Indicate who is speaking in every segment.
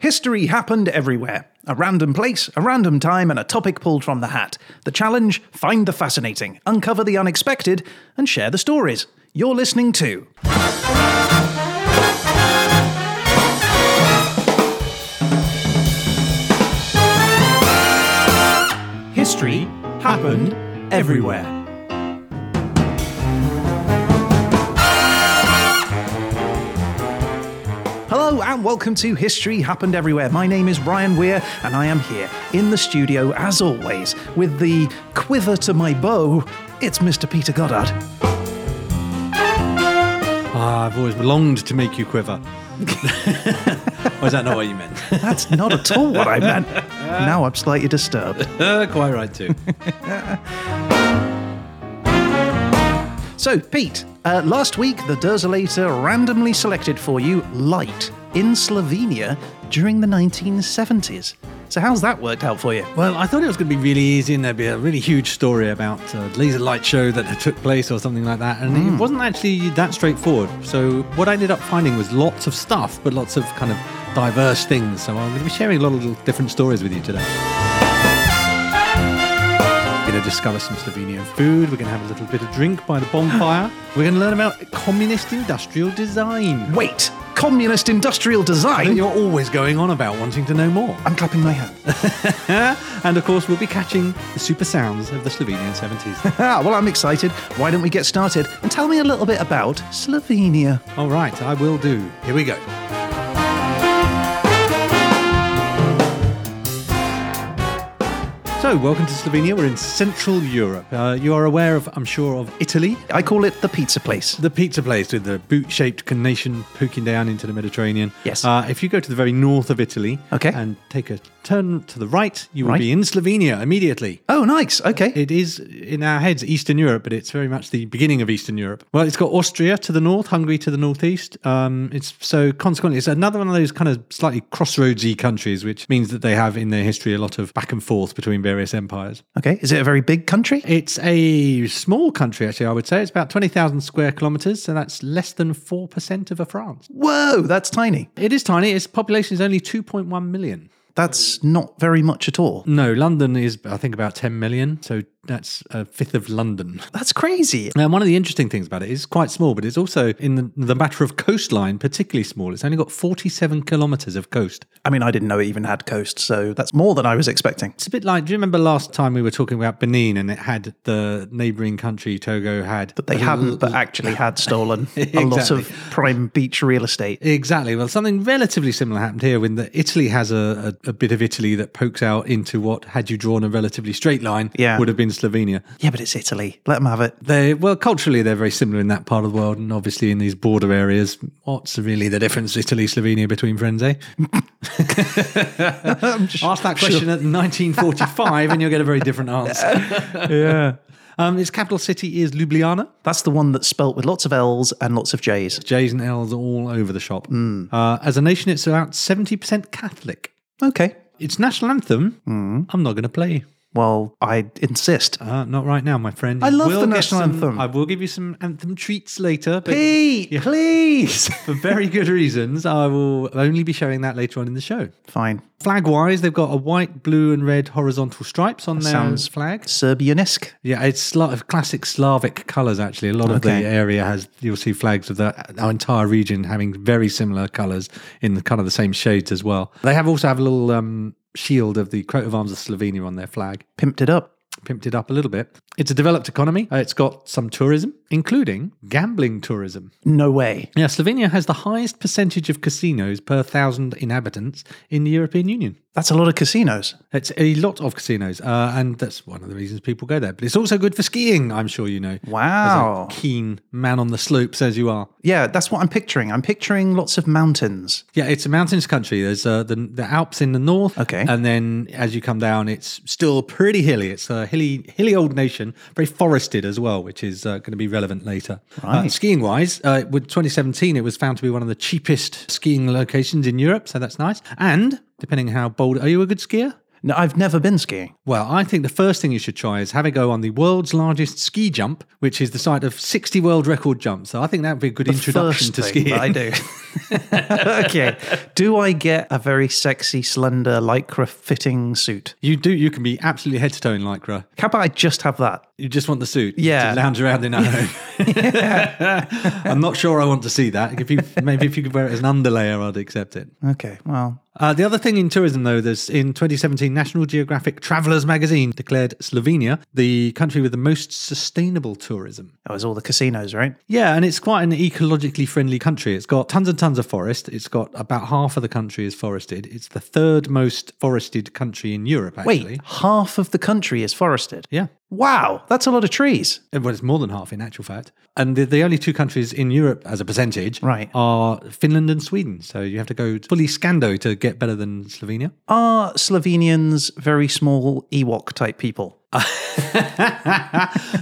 Speaker 1: History happened everywhere. A random place, a random time, and a topic pulled from the hat. The challenge find the fascinating, uncover the unexpected, and share the stories. You're listening to. History happened everywhere. Hello and welcome to History Happened Everywhere. My name is Brian Weir and I am here in the studio as always with the quiver to my bow. It's Mr. Peter Goddard.
Speaker 2: Ah, I've always longed to make you quiver. Was that not what you meant?
Speaker 1: That's not at all what I meant. Now I'm slightly disturbed.
Speaker 2: Uh, quite right, too.
Speaker 1: So, Pete, uh, last week the Derzolator randomly selected for you light in Slovenia during the 1970s. So, how's that worked out for you?
Speaker 2: Well, I thought it was going to be really easy and there'd be a really huge story about a laser light show that took place or something like that. And it wasn't actually that straightforward. So, what I ended up finding was lots of stuff, but lots of kind of diverse things. So, I'm going to be sharing a lot of little different stories with you today. We're going to discover some Slovenian food. We're going to have a little bit of drink by the bonfire. We're going to learn about communist industrial design.
Speaker 1: Wait, communist industrial
Speaker 2: that
Speaker 1: design?
Speaker 2: you're always going on about wanting to know more.
Speaker 1: I'm clapping my hand.
Speaker 2: and of course, we'll be catching the super sounds of the Slovenian 70s.
Speaker 1: Ah, well, I'm excited. Why don't we get started and tell me a little bit about Slovenia?
Speaker 2: All right, I will do. Here we go. So, welcome to Slovenia. We're in Central Europe. Uh, you are aware of, I'm sure, of Italy,
Speaker 1: I call it the pizza place.
Speaker 2: the pizza place with the boot-shaped carnation poking down into the Mediterranean.
Speaker 1: Yes.
Speaker 2: Uh, if you go to the very north of Italy,
Speaker 1: Okay.
Speaker 2: and take a turn to the right, you will
Speaker 1: Right.
Speaker 2: be in Slovenia immediately.
Speaker 1: Oh, nice. Okay.
Speaker 2: It is in our heads Eastern Europe, but it's very much the beginning of Eastern Europe. Well, it's got Austria to the north, Hungary to the northeast. Um, it's so consequently, it's another one of those kind of slightly crossroadsy countries, which means that they have in their history a lot of back and forth between various empires.
Speaker 1: okay. Is it a very big country?
Speaker 2: It's a small country, actually. I would say it's about twenty thousand square kilometers, so that's less than four percent of a France.
Speaker 1: Whoa, that's tiny.
Speaker 2: It is tiny. Its population is only two point one million.
Speaker 1: That's not very much at all.
Speaker 2: No, London is, I think, about 10 million. So that's a fifth of London.
Speaker 1: That's crazy.
Speaker 2: And one of the interesting things about it is quite small, but it's also in the, the matter of coastline particularly small. It's only got 47 kilometers of coast.
Speaker 1: I mean, I didn't know it even had coast, so that's more than I was expecting.
Speaker 2: It's a bit like, do you remember last time we were talking about Benin and it had the neighboring country, Togo, had. But
Speaker 1: They hadn't, but actually had stolen a lot of prime beach real estate.
Speaker 2: Exactly. Well, something relatively similar happened here when the Italy has a, a, a bit of Italy that pokes out into what, had you drawn a relatively straight line,
Speaker 1: Yeah.
Speaker 2: would have been Slovenia.
Speaker 1: Yeah, but it's Italy. Let them have it.
Speaker 2: They well, culturally they're very similar in that part of the world, and obviously in these border areas. What's really the difference, Italy, Slovenia, between friends? Eh? Ask that question at 1945, and you'll get a very different answer. yeah. Um, its capital city is Ljubljana.
Speaker 1: That's the one that's spelt with lots of L's and lots of J's.
Speaker 2: J's and L's all over the shop.
Speaker 1: Hmm.
Speaker 2: Uh, as a nation, it's about 70% Catholic.
Speaker 1: Okay.
Speaker 2: Its national anthem,
Speaker 1: Hmm.
Speaker 2: I'm not going to play.
Speaker 1: Well, I insist.
Speaker 2: Uh, not right now, my friend. I
Speaker 1: love the national anthem.
Speaker 2: I will give you some anthem treats later. But
Speaker 1: Pete, please.
Speaker 2: for very good reasons. I will only be showing that later on in the show.
Speaker 1: Fine.
Speaker 2: Flag wise, they've got a white, blue, and red horizontal stripes on their
Speaker 1: sounds-
Speaker 2: flag.
Speaker 1: Serbianisk.
Speaker 2: Yeah, it's Sla- classic Slavic colours, actually. A lot of
Speaker 1: Okay.
Speaker 2: the area has, you'll see flags of that, our entire region having very similar colours in the kind of the same shades as well. They have also have a little um, shield of the coat of arms of Slovenia on their flag
Speaker 1: Pimped it up.
Speaker 2: pimped it up a little bit. It's a developed economy. Uh, It's got some tourism, including gambling tourism.
Speaker 1: No way.
Speaker 2: Yeah, Slovenia has the highest percentage of casinos per thousand inhabitants in the European Union.
Speaker 1: That's a lot of casinos.
Speaker 2: It's a lot of casinos, uh, and that's one of the reasons people go there. But it's also good for skiing, I'm sure you know.
Speaker 1: Wow.
Speaker 2: As a keen man on the slopes as you are.
Speaker 1: Yeah, that's what I'm picturing. I'm picturing lots of mountains.
Speaker 2: Yeah, it's a mountainous country. There's uh, the, the Alps in the north.
Speaker 1: Okay.
Speaker 2: And then as you come down, it's still pretty hilly. It's a hilly, hilly old nation, very forested as well, which is uh, going to be relevant later. Uh, skiing wise, uh, with 2017, it was found to be one of the cheapest skiing locations in Europe. So that's nice. And depending how bold, are you a good skier?
Speaker 1: No, I've never been skiing.
Speaker 2: Well, I think the first thing you should try is have a go on the world's largest ski jump, which is the site of 60 world record jumps. So I think that would be a good introduction
Speaker 1: First
Speaker 2: to
Speaker 1: thing
Speaker 2: skiing.
Speaker 1: that I do. okay. Do I get a very sexy, slender, lycra fitting suit?
Speaker 2: You do. You can be absolutely head to toe in lycra.
Speaker 1: How about I just have that?
Speaker 2: You just want the suit.
Speaker 1: Yeah.
Speaker 2: To lounge around in at home. I'm not sure I want to see that. If you maybe if you could wear it as an underlayer, I'd accept it.
Speaker 1: Okay. Well,
Speaker 2: Uh, the other thing in tourism, though, there's in 2017, National Geographic Travelers magazine declared Slovenia the country with the most sustainable tourism.
Speaker 1: that was all the casinos, right?
Speaker 2: Yeah, and it's quite an ecologically friendly country. It's got tons and tons of forest. It's got about half of the country is forested. It's the third most forested country in Europe,
Speaker 1: Wait,
Speaker 2: actually.
Speaker 1: half of the country is forested.
Speaker 2: Yeah.
Speaker 1: Wow, that's a lot of trees.
Speaker 2: Uh, Well, it's more than half in actual fact. And the, the only two countries in Europe as a percentage
Speaker 1: Right.
Speaker 2: are Finland and Sweden. So you have to go fully Scando to get better than Slovenia.
Speaker 1: Are Slovenians very small Ewok type people?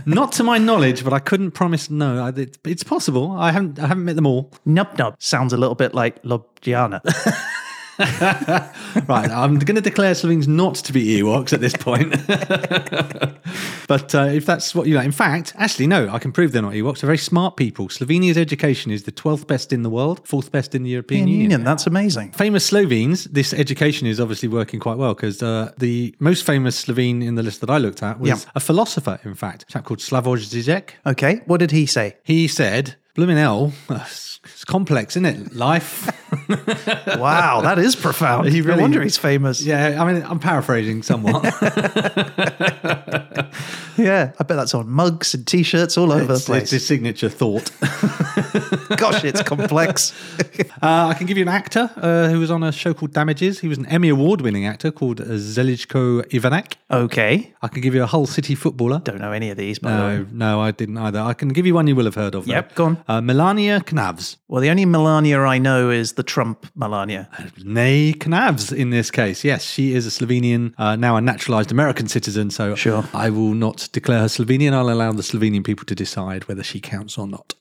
Speaker 2: Not to my knowledge, but I couldn't promise no. I, it, it's possible. I haven't I haven't met them all.
Speaker 1: Nub Nub sounds a little bit like Ljubljana.
Speaker 2: Right, I'm going to declare Slovenes not to be Ewoks at this point. but uh, if that's what you like, in fact, actually, no, I can prove they're not Ewoks. They're very smart people. Slovenia's education is the 12th best in the world, fourth best in the European Union.
Speaker 1: Union, that's amazing.
Speaker 2: Famous Slovenes, this education is obviously working quite well because uh, the most famous Slovene in the list that I looked at was
Speaker 1: Yeah.
Speaker 2: a philosopher, in fact, a chap called Slavoj Zizek.
Speaker 1: Okay, what did he say?
Speaker 2: He said, Blooming hell, it's it's complex, isn't it? Life.
Speaker 1: Wow, that is profound.
Speaker 2: He
Speaker 1: no
Speaker 2: really-
Speaker 1: wonder he's famous. Yeah.
Speaker 2: yeah, I mean, I'm paraphrasing somewhat.
Speaker 1: I bet that's on mugs and t shirts all over the
Speaker 2: it's, it's
Speaker 1: place.
Speaker 2: his signature thought.
Speaker 1: Gosh, it's complex.
Speaker 2: Uh, I can give you an actor uh, who was on a show called Damages. He was an Emmy Award winning actor called uh, Zelichko Ivanek.
Speaker 1: okay,
Speaker 2: I can give you a Hull City footballer.
Speaker 1: don't know any of these, but
Speaker 2: No, no, I didn't either. I can give you one you will have heard of. though.
Speaker 1: Yep, go on.
Speaker 2: Uh, Melania Knavs.
Speaker 1: well, the only Melania I know is the Trump Melania.
Speaker 2: Nay, Knavs in this case. Yes, she is a Slovenian, uh, now a naturalized American citizen. So
Speaker 1: Sure.
Speaker 2: I will not declare her Slovenian. I'll allow the Slovenian people to decide whether she counts or not.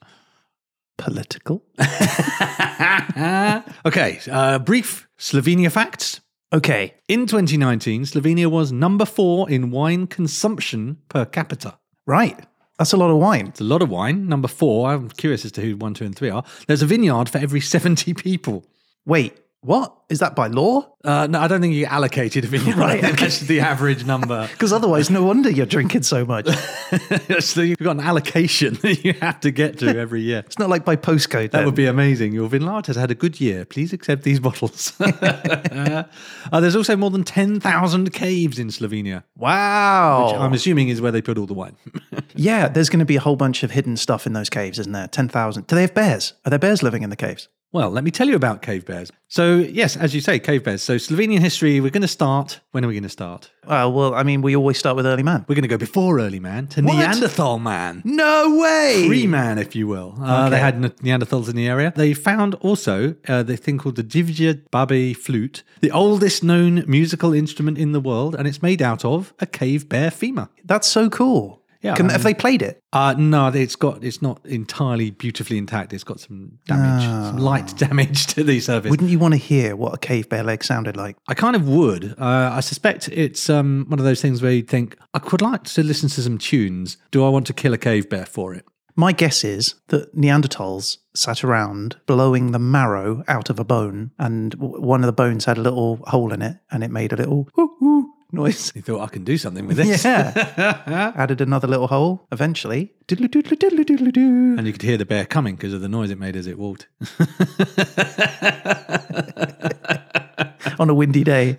Speaker 1: Political. Uh-huh.
Speaker 2: Okay, uh, brief Slovenia facts.
Speaker 1: Okay,
Speaker 2: In 2019, Slovenia was number four in wine consumption per capita.
Speaker 1: right. That's a lot of wine.
Speaker 2: It's a lot of wine. Number four, I'm curious as to who one, two, and three are. There's a vineyard for every 70 people.
Speaker 1: Wait, what? Is that by law?
Speaker 2: Uh, no, I don't think you get allocated a vineyard.
Speaker 1: Right,
Speaker 2: I think That's the average number.
Speaker 1: Because otherwise, no wonder you're drinking so much. It's
Speaker 2: so you've got an allocation that you have to get to every year.
Speaker 1: not like by postcode.
Speaker 2: That would be amazing. Your vineyard has had a good year. Please accept these bottles. uh, there's also more than 10,000 caves in Slovenia.
Speaker 1: wow.
Speaker 2: I'm assuming is where they put all the wine.
Speaker 1: yeah, there's going to be a whole bunch of hidden stuff in those caves, isn't there? 10,000. Do they have bears? Are there bears living in the caves?
Speaker 2: Well, let me tell you about cave bears. So, yes, as you say, cave bears. So, Slovenian history, we're going to start. When are we going to start?
Speaker 1: Uh, well, I mean, we always start with early man.
Speaker 2: We're going to go before early man to Neanderthal man.
Speaker 1: No way.
Speaker 2: Free man, if you will. Uh, They had Ne- Neanderthals in the area. They found also uh, the thing called the Divja Babi flute, the oldest known musical instrument in the world, and it's made out of a cave bear femur.
Speaker 1: That's so cool.
Speaker 2: Yeah,
Speaker 1: Can,
Speaker 2: I
Speaker 1: have they played it?
Speaker 2: Uh, no, it's got it's not entirely beautifully intact. It's got some damage, some light damage to the surface.
Speaker 1: Wouldn't you want to hear what a cave bear leg sounded like?
Speaker 2: I kind of would. Uh, I suspect it's um, one of those things where you'd think, I could like to listen to some tunes. Do I want to kill a cave bear for it?
Speaker 1: My guess is that Neanderthals sat around blowing the marrow out of a bone, and w- one of the bones had a little hole in it, and it made a little whoo whoo noise.
Speaker 2: He thought, I can do something with this.
Speaker 1: Yeah. Added another little hole eventually. Diddly doodly diddly doodly doo.
Speaker 2: And you could hear the bear coming because of the noise it made as it walked.
Speaker 1: On a windy day.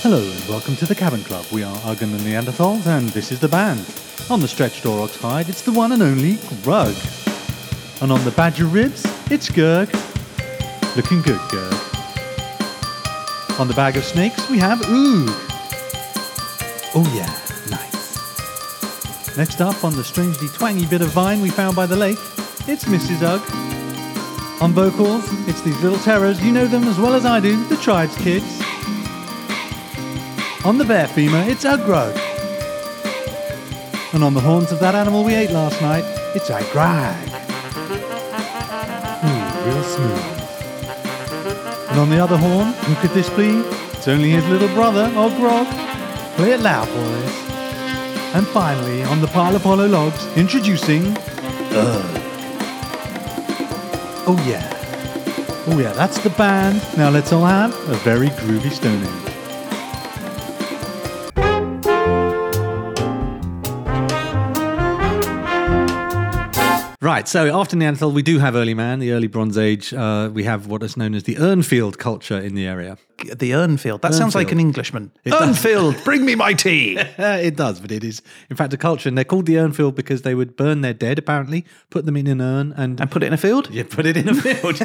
Speaker 2: Hello and welcome to the Cabin Club. We are Uggan and Neanderthals, and this is the band. On the stretched aurochs hide, it's the one and only Grug. And on the badger ribs, it's Gurg. Looking good, Gurg. On the bag of snakes, we have Oog. Oh yeah, nice. Next up, on the strangely twangy bit of vine we found by the lake, it's Mrs. Ugg. On vocals, it's these little terrors, you know them as well as I do, the Tribes Kids. On the bear femur, it's Ugrug. And on the horns of that animal we ate last night, it's Agrag. Ooh, real smooth.
Speaker 3: And on the other horn, who could this be? It's only his little brother, Ogrog. Play it loud, boys. And finally, on the pile of hollow logs, introducing uh, Oh yeah. Oh yeah, that's the band. Now let's all have a very groovy Stonehenge.
Speaker 2: Right, so after Neanderthal, we do have early man, the early Bronze Age. Uh, we have what is known as the Urnfield culture in the area.
Speaker 1: The Urnfield. That sounds like
Speaker 2: Urnfield.
Speaker 1: an Englishman.
Speaker 2: does.
Speaker 1: Urnfield, bring me my tea.
Speaker 2: Uh, it does, but it is in fact a culture, and they're called the Urnfield because they would burn their dead, apparently, put them in an urn, and,
Speaker 1: And put it in a field?
Speaker 2: yeah, put it in a field.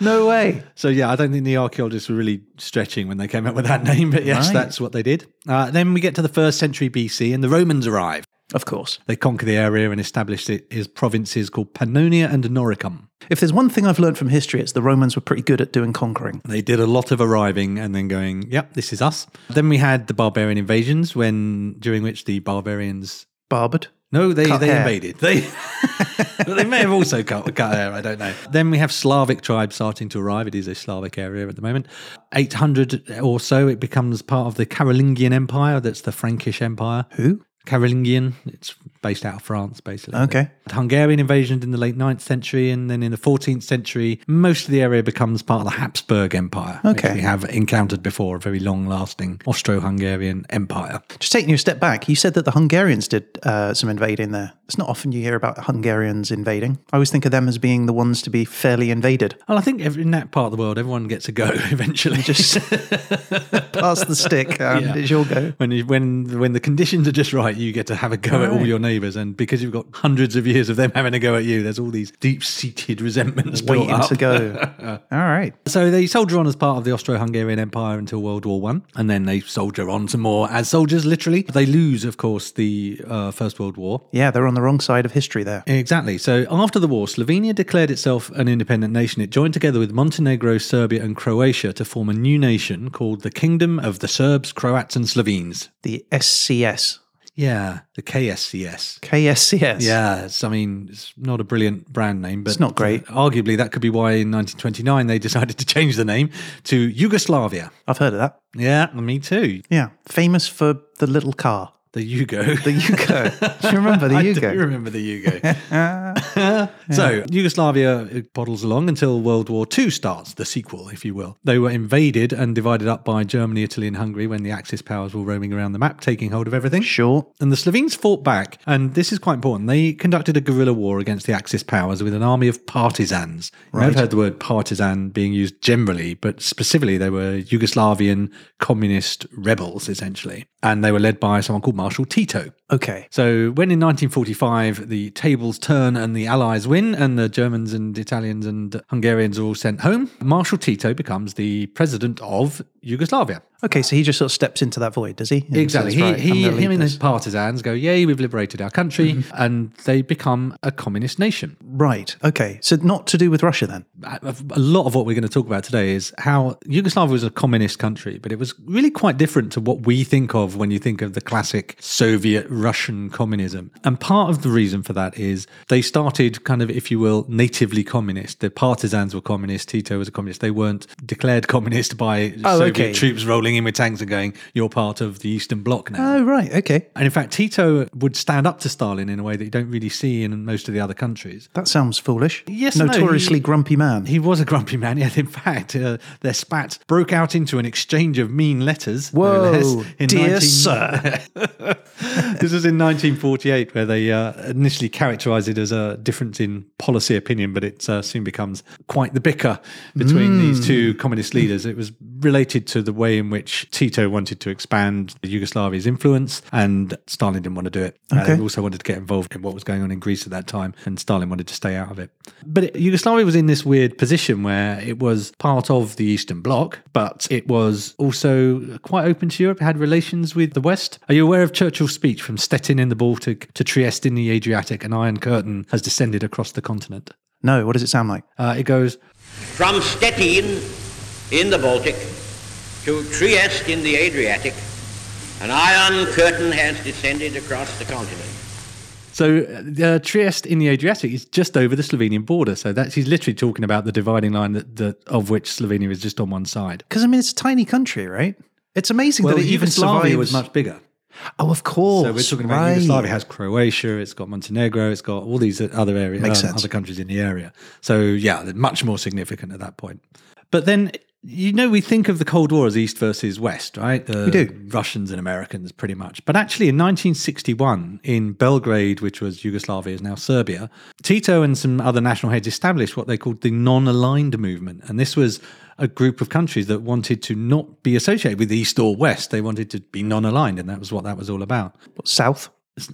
Speaker 1: No way.
Speaker 2: So yeah, I don't think the archaeologists were really stretching when they came up with that name, but yes,
Speaker 1: Right.
Speaker 2: that's what they did. Uh, then we get to the first century BC, and the Romans arrive.
Speaker 1: Of course.
Speaker 2: They conquer the area and establish it as provinces called Pannonia and Noricum.
Speaker 1: If there's one thing I've learned from history, it's the Romans were pretty good at doing conquering.
Speaker 2: They did a lot of arriving and then going, "Yep, this is us." Then we had the barbarian invasions, when during which the barbarians
Speaker 1: Barbered.
Speaker 2: No, they,
Speaker 1: Cut
Speaker 2: they
Speaker 1: hair.
Speaker 2: invaded. They but they may have also cut, cut hair, I don't know. Then we have Slavic tribes starting to arrive. It is a Slavic area at the moment. 800 or so, it becomes part of the Carolingian Empire. That's the Frankish Empire.
Speaker 1: Who?
Speaker 2: Carolingian. It's based out of France, basically.
Speaker 1: Okay.
Speaker 2: The Hungarian invasion in the late 9th century, and then in the 14th century, most of the area becomes part of the Habsburg Empire,
Speaker 1: Okay.
Speaker 2: which we have encountered before, a very long-lasting Austro-Hungarian empire.
Speaker 1: Just taking you a step back, you said that the Hungarians did uh, some invading there. It's not often you hear about Hungarians invading. I always think of them as being the ones to be fairly invaded.
Speaker 2: Well, I think every, in that part of the world, everyone gets a go eventually.
Speaker 1: Just pass the stick and
Speaker 2: Yeah.
Speaker 1: it's your go.
Speaker 2: when you, when when the conditions are just right, you get to have a go at all your neighbours, and because you've got hundreds of years of them having a go at you, there's all these deep seated resentments built
Speaker 1: Waiting
Speaker 2: up.
Speaker 1: to go. All right.
Speaker 2: So they soldier on as part of the Austro-Hungarian Empire until World War One, and then they soldier on some more as soldiers. Literally, they lose, of course, the uh, First World War.
Speaker 1: Yeah, they're on the wrong side of history there.
Speaker 2: Exactly. So after the war, Slovenia declared itself an independent nation. It joined together with Montenegro, Serbia, and Croatia to form a new nation called the Kingdom of the Serbs, Croats, and Slovenes.
Speaker 1: The SCS,
Speaker 2: Yeah, the KSCS.
Speaker 1: KSCS.
Speaker 2: Yeah, it's, I mean, it's not a brilliant brand name, but it's
Speaker 1: not great.
Speaker 2: Arguably, that could be why in 1929 they decided to change the name to Yugoslavia.
Speaker 1: I've heard of that.
Speaker 2: Yeah, me too.
Speaker 1: Yeah, famous for the little car,
Speaker 2: The Yugo.
Speaker 1: the Yugo. Do you remember the
Speaker 2: I do
Speaker 1: Yugo?
Speaker 2: remember the Yugo. So Yugoslavia it bottles along until World War II starts, the sequel, if you will. They were invaded and divided up by Germany, Italy, and Hungary when the Axis powers were roaming around the map, taking hold of everything.
Speaker 1: Sure.
Speaker 2: And the Slovenes fought back, and this is quite important. They conducted a guerrilla war against the Axis powers with an army of partisans. You may have heard the word partisan being used generally, but specifically, they were Yugoslavian communist rebels, essentially. And they were led by someone called Marshal Tito.
Speaker 1: Okay.
Speaker 2: So, when in 1945 the tables turn and the Allies win, and the Germans and Italians and Hungarians are all sent home, Marshal Tito becomes the president of Yugoslavia.
Speaker 1: Okay, so he just sort of steps into that void, does he? And
Speaker 2: Exactly.
Speaker 1: says,
Speaker 2: He,
Speaker 1: "Right, I'm
Speaker 2: he,
Speaker 1: gonna lead
Speaker 2: him and
Speaker 1: this." Mm-hmm.
Speaker 2: his partisans go, yay, we've liberated our country. And they become a communist nation.
Speaker 1: Right. Okay. So not to do with Russia then.
Speaker 2: A a lot of what we're going to talk about today is how Yugoslavia was a communist country, but it was really quite different to what we think of when you think of the classic Soviet Russian communism. And part of the reason for that is they started kind of, if you will, natively communist. The partisans were communist. Tito was a communist. They weren't declared communist by
Speaker 1: Oh,
Speaker 2: Soviet
Speaker 1: okay.
Speaker 2: troops rolling in with tanks and going, you're part of the Eastern Bloc now.
Speaker 1: Oh, right. Okay.
Speaker 2: And in fact, Tito would stand up to Stalin in a way that you don't really see in most of the other countries.
Speaker 1: That sounds foolish.
Speaker 2: Yes, no,
Speaker 1: Notoriously
Speaker 2: he-
Speaker 1: grumpy man.
Speaker 2: He was a grumpy man, yet in fact, uh, their spat broke out into an exchange of mean letters. no
Speaker 1: Whoa,
Speaker 2: less,
Speaker 1: dear sir.
Speaker 2: this was in 1948, where they uh, initially characterised it as a difference in policy opinion, but it uh, soon becomes quite the bicker between
Speaker 1: Hmm.
Speaker 2: these two communist leaders. It was related to the way in which Tito wanted to expand Yugoslavia's influence, and Stalin didn't want to do it. Uh,
Speaker 1: Okay.
Speaker 2: they also wanted to get involved in what was going on in Greece at that time, and Stalin wanted to stay out of it. But it- Yugoslavia was in this weird position where it was part of the Eastern Bloc, but it was also quite open to Europe, had relations with the West. Are you aware of Churchill's speech from Stettin in the Baltic to Trieste in the Adriatic? An iron curtain has descended across the continent.
Speaker 1: No, what does it sound like?
Speaker 2: Uh, it goes,
Speaker 4: From Stettin in the Baltic to Trieste in the Adriatic, an iron curtain has descended across the continent.
Speaker 2: So uh, Trieste in the Adriatic is just over the Slovenian border. So that's he's literally talking about the dividing line that, that of which Slovenia is just on one side.
Speaker 1: Because I mean, it's a tiny country, right? It's amazing
Speaker 2: Well,
Speaker 1: that it even
Speaker 2: Yugoslavia
Speaker 1: survives.
Speaker 2: was much bigger.
Speaker 1: oh, of course.
Speaker 2: So we're talking about
Speaker 1: right.
Speaker 2: Yugoslavia has Croatia, it's got Montenegro, it's got all these other areas,
Speaker 1: Makes sense.
Speaker 2: other countries in the area. So yeah, they're much more significant at that point. But then you know we think of the Cold War as East versus West, right? The we
Speaker 1: do.
Speaker 2: Russians and Americans, pretty much. But actually, in 1961, in Belgrade, which was Yugoslavia, is now Serbia, Tito and some other national heads established what they called the non aligned movement. And this was a group of countries that wanted to not be associated with East or West. They wanted to be non aligned. And that was what that was all about.
Speaker 1: South.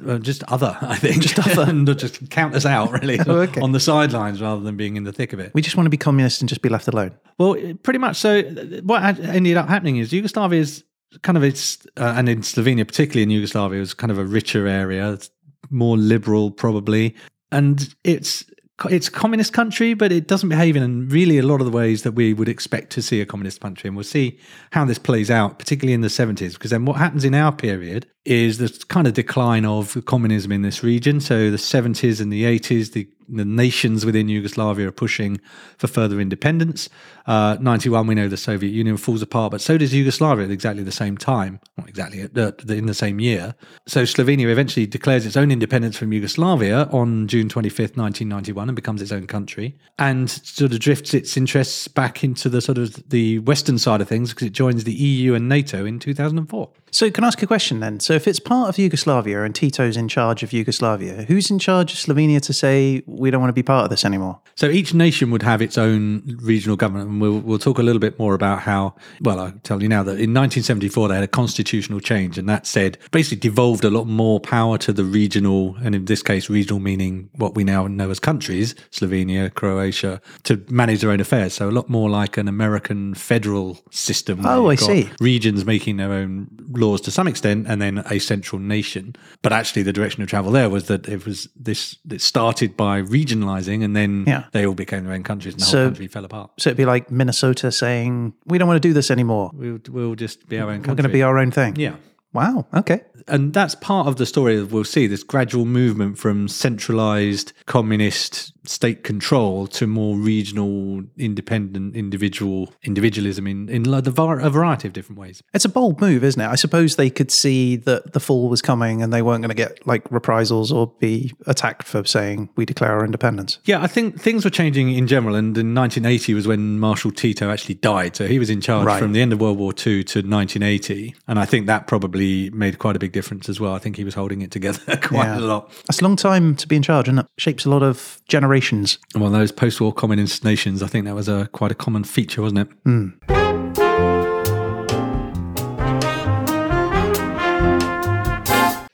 Speaker 2: Uh, just other, I think. Oh, Just other. and just count us out, really,
Speaker 1: okay.
Speaker 2: on the sidelines rather than being in the thick of it.
Speaker 1: We just want to be communist and just be left alone.
Speaker 2: Well, it- pretty much. So, uh, what had- ended up happening is Yugoslavia is kind of it's, uh, and in Slovenia, particularly in Yugoslavia, was kind of a richer area, it's more liberal probably, and it's co- it's a communist country, but it doesn't behave in really a lot of the ways that we would expect to see a communist country, and we'll see how this plays out, particularly in the seventies, because then what happens in our period is the kind of decline of communism in this region. So, the seventies and the eighties, the the nations within Yugoslavia are pushing for further independence. Uh, 91, we know the Soviet Union falls apart, but so does Yugoslavia at exactly the same time, not exactly at the, the- in the same year. So Slovenia eventually declares its own independence from Yugoslavia on June 25th, 1991, and becomes its own country and sort of drifts its interests back into the sort of the Western side of things because it joins the EU and NATO in 2004.
Speaker 1: So, can I ask a question then? So, if it's part of Yugoslavia and Tito's in charge of Yugoslavia, who's in charge of Slovenia to say we don't want to be part of this anymore?
Speaker 2: So each nation would have its own regional government, and we'll, we'll talk a little bit more about how. Well, I'll tell you now that in 1974 they had a constitutional change, and that said basically devolved a lot more power to the regional, and in this case, regional meaning what we now know as countries, Slovenia, Croatia, to manage their own affairs. So a lot more like an American federal system. where
Speaker 1: Oh,
Speaker 2: you've
Speaker 1: I
Speaker 2: got
Speaker 1: see.
Speaker 2: Regions making their own laws to some extent, and then a central nation. But actually, the direction of travel there was that it was this. It started by regionalizing, and then
Speaker 1: Yeah.
Speaker 2: they all became their own countries and the
Speaker 1: So-
Speaker 2: whole country fell apart.
Speaker 1: So, it'd be like Minnesota saying we don't want to do this anymore.
Speaker 2: We'll, we'll just be our own country.
Speaker 1: We're going to be our own thing.
Speaker 2: Yeah.
Speaker 1: Wow. Okay.
Speaker 2: And that's part of the story that we'll see this gradual movement from centralized communist state control to more regional, independent, individual individualism in, in like the var- a variety of different ways.
Speaker 1: It's a bold move, isn't it? I suppose they could see that the fall was coming and they weren't going to get like reprisals or be attacked for saying we declare our independence.
Speaker 2: Yeah, I think things were changing in general. And in 1980 was when Marshal Tito actually died. So he was in charge
Speaker 1: Right.
Speaker 2: from the end of World War II to 1980. And I think that probably made quite a big difference as well. I think he was holding it together quite
Speaker 1: Yeah.
Speaker 2: a lot.
Speaker 1: That's a long time to be in charge, and it shapes a lot of generations.
Speaker 2: Well, those post-war communist nations, I think that was a quite a common feature, wasn't it?
Speaker 1: Hmm.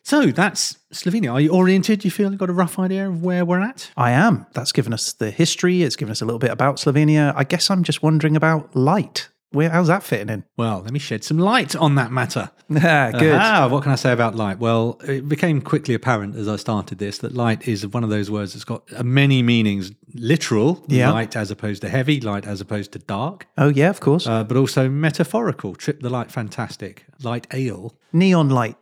Speaker 2: So that's Slovenia. Are you oriented? You feel you've got a rough idea of where we're at?
Speaker 1: I am. That's given us the history. It's given us a little bit about Slovenia. I guess I'm just wondering about light. Where how's that fitting in?
Speaker 2: Well, let me shed some light on that matter.
Speaker 1: Ah, good.
Speaker 2: Ah, what can I say about light? Well, it became quickly apparent as I started this that light is one of those words that's got uh, many meanings literal,
Speaker 1: Yeah.
Speaker 2: light as opposed to heavy, light as opposed to dark,
Speaker 1: Oh yeah, of course.
Speaker 2: uh, but also metaphorical. Trip the light, fantastic. Light ale.
Speaker 1: Neon light.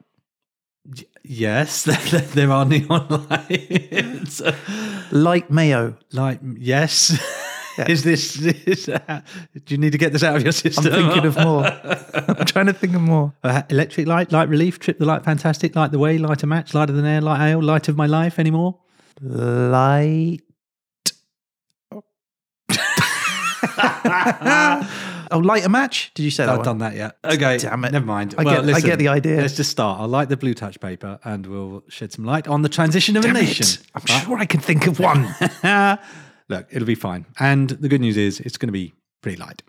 Speaker 2: Yes, there are neon lights.
Speaker 1: Light mayo.
Speaker 2: Light, yes. Is this, is, do you need to get this out of your
Speaker 1: I'm
Speaker 2: system?
Speaker 1: thinking of more. I'm trying to think of more.
Speaker 2: Uh, electric light, light relief, trip the light, fantastic, light the way, light a match, lighter than air, light ale, light of my life anymore.
Speaker 1: Light. oh, light a match? Did you say that?
Speaker 2: I've
Speaker 1: one?
Speaker 2: done that yet. Okay,
Speaker 1: Damn it.
Speaker 2: Never mind.
Speaker 1: I get- I get the idea.
Speaker 2: Let's just start. I'll light the blue touch paper, and we'll shed some light on the transition of
Speaker 1: Damn
Speaker 2: a
Speaker 1: it.
Speaker 2: nation.
Speaker 1: I'm sure I can think of one.
Speaker 2: Look, it'll be fine. And the good news is it's going to be pretty light.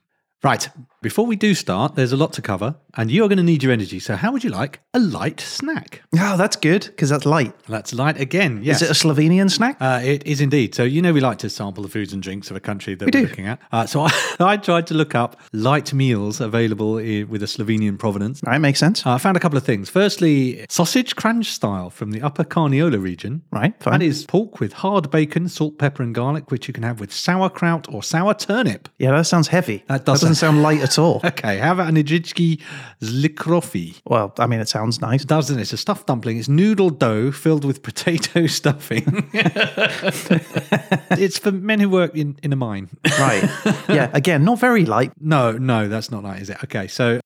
Speaker 2: Right. Before we do start, there's a lot to cover, and you are going to need your energy. So, how would you like a light snack?
Speaker 1: oh, that's good because that's light.
Speaker 2: That's light again. Yes.
Speaker 1: Is it a Slovenian snack?
Speaker 2: Uh, it is indeed. So you know we like to sample the foods and drinks of a country that we are
Speaker 1: do.
Speaker 2: looking at. Uh, so I, I tried to look up light meals available i with a Slovenian provenance.
Speaker 1: right, makes sense.
Speaker 2: Uh, I found a couple of things. Firstly, sausage crunch style from the Upper Carniola region.
Speaker 1: right, fine.
Speaker 2: That is pork with hard bacon, salt, pepper, and garlic, which you can have with sauerkraut or sour turnip.
Speaker 1: yeah, that sounds heavy.
Speaker 2: That does
Speaker 1: doesn't doesn't sound light at all.
Speaker 2: Okay, how about an Ijitski Zlikrofi?
Speaker 1: Well, I mean, it sounds nice.
Speaker 2: Doesn't it? It's a stuffed dumpling. It's noodle dough filled with potato stuffing. it's for men who work in, in a mine.
Speaker 1: Right. Yeah, again, not very light.
Speaker 2: No, no, that's not right, is it? Okay, so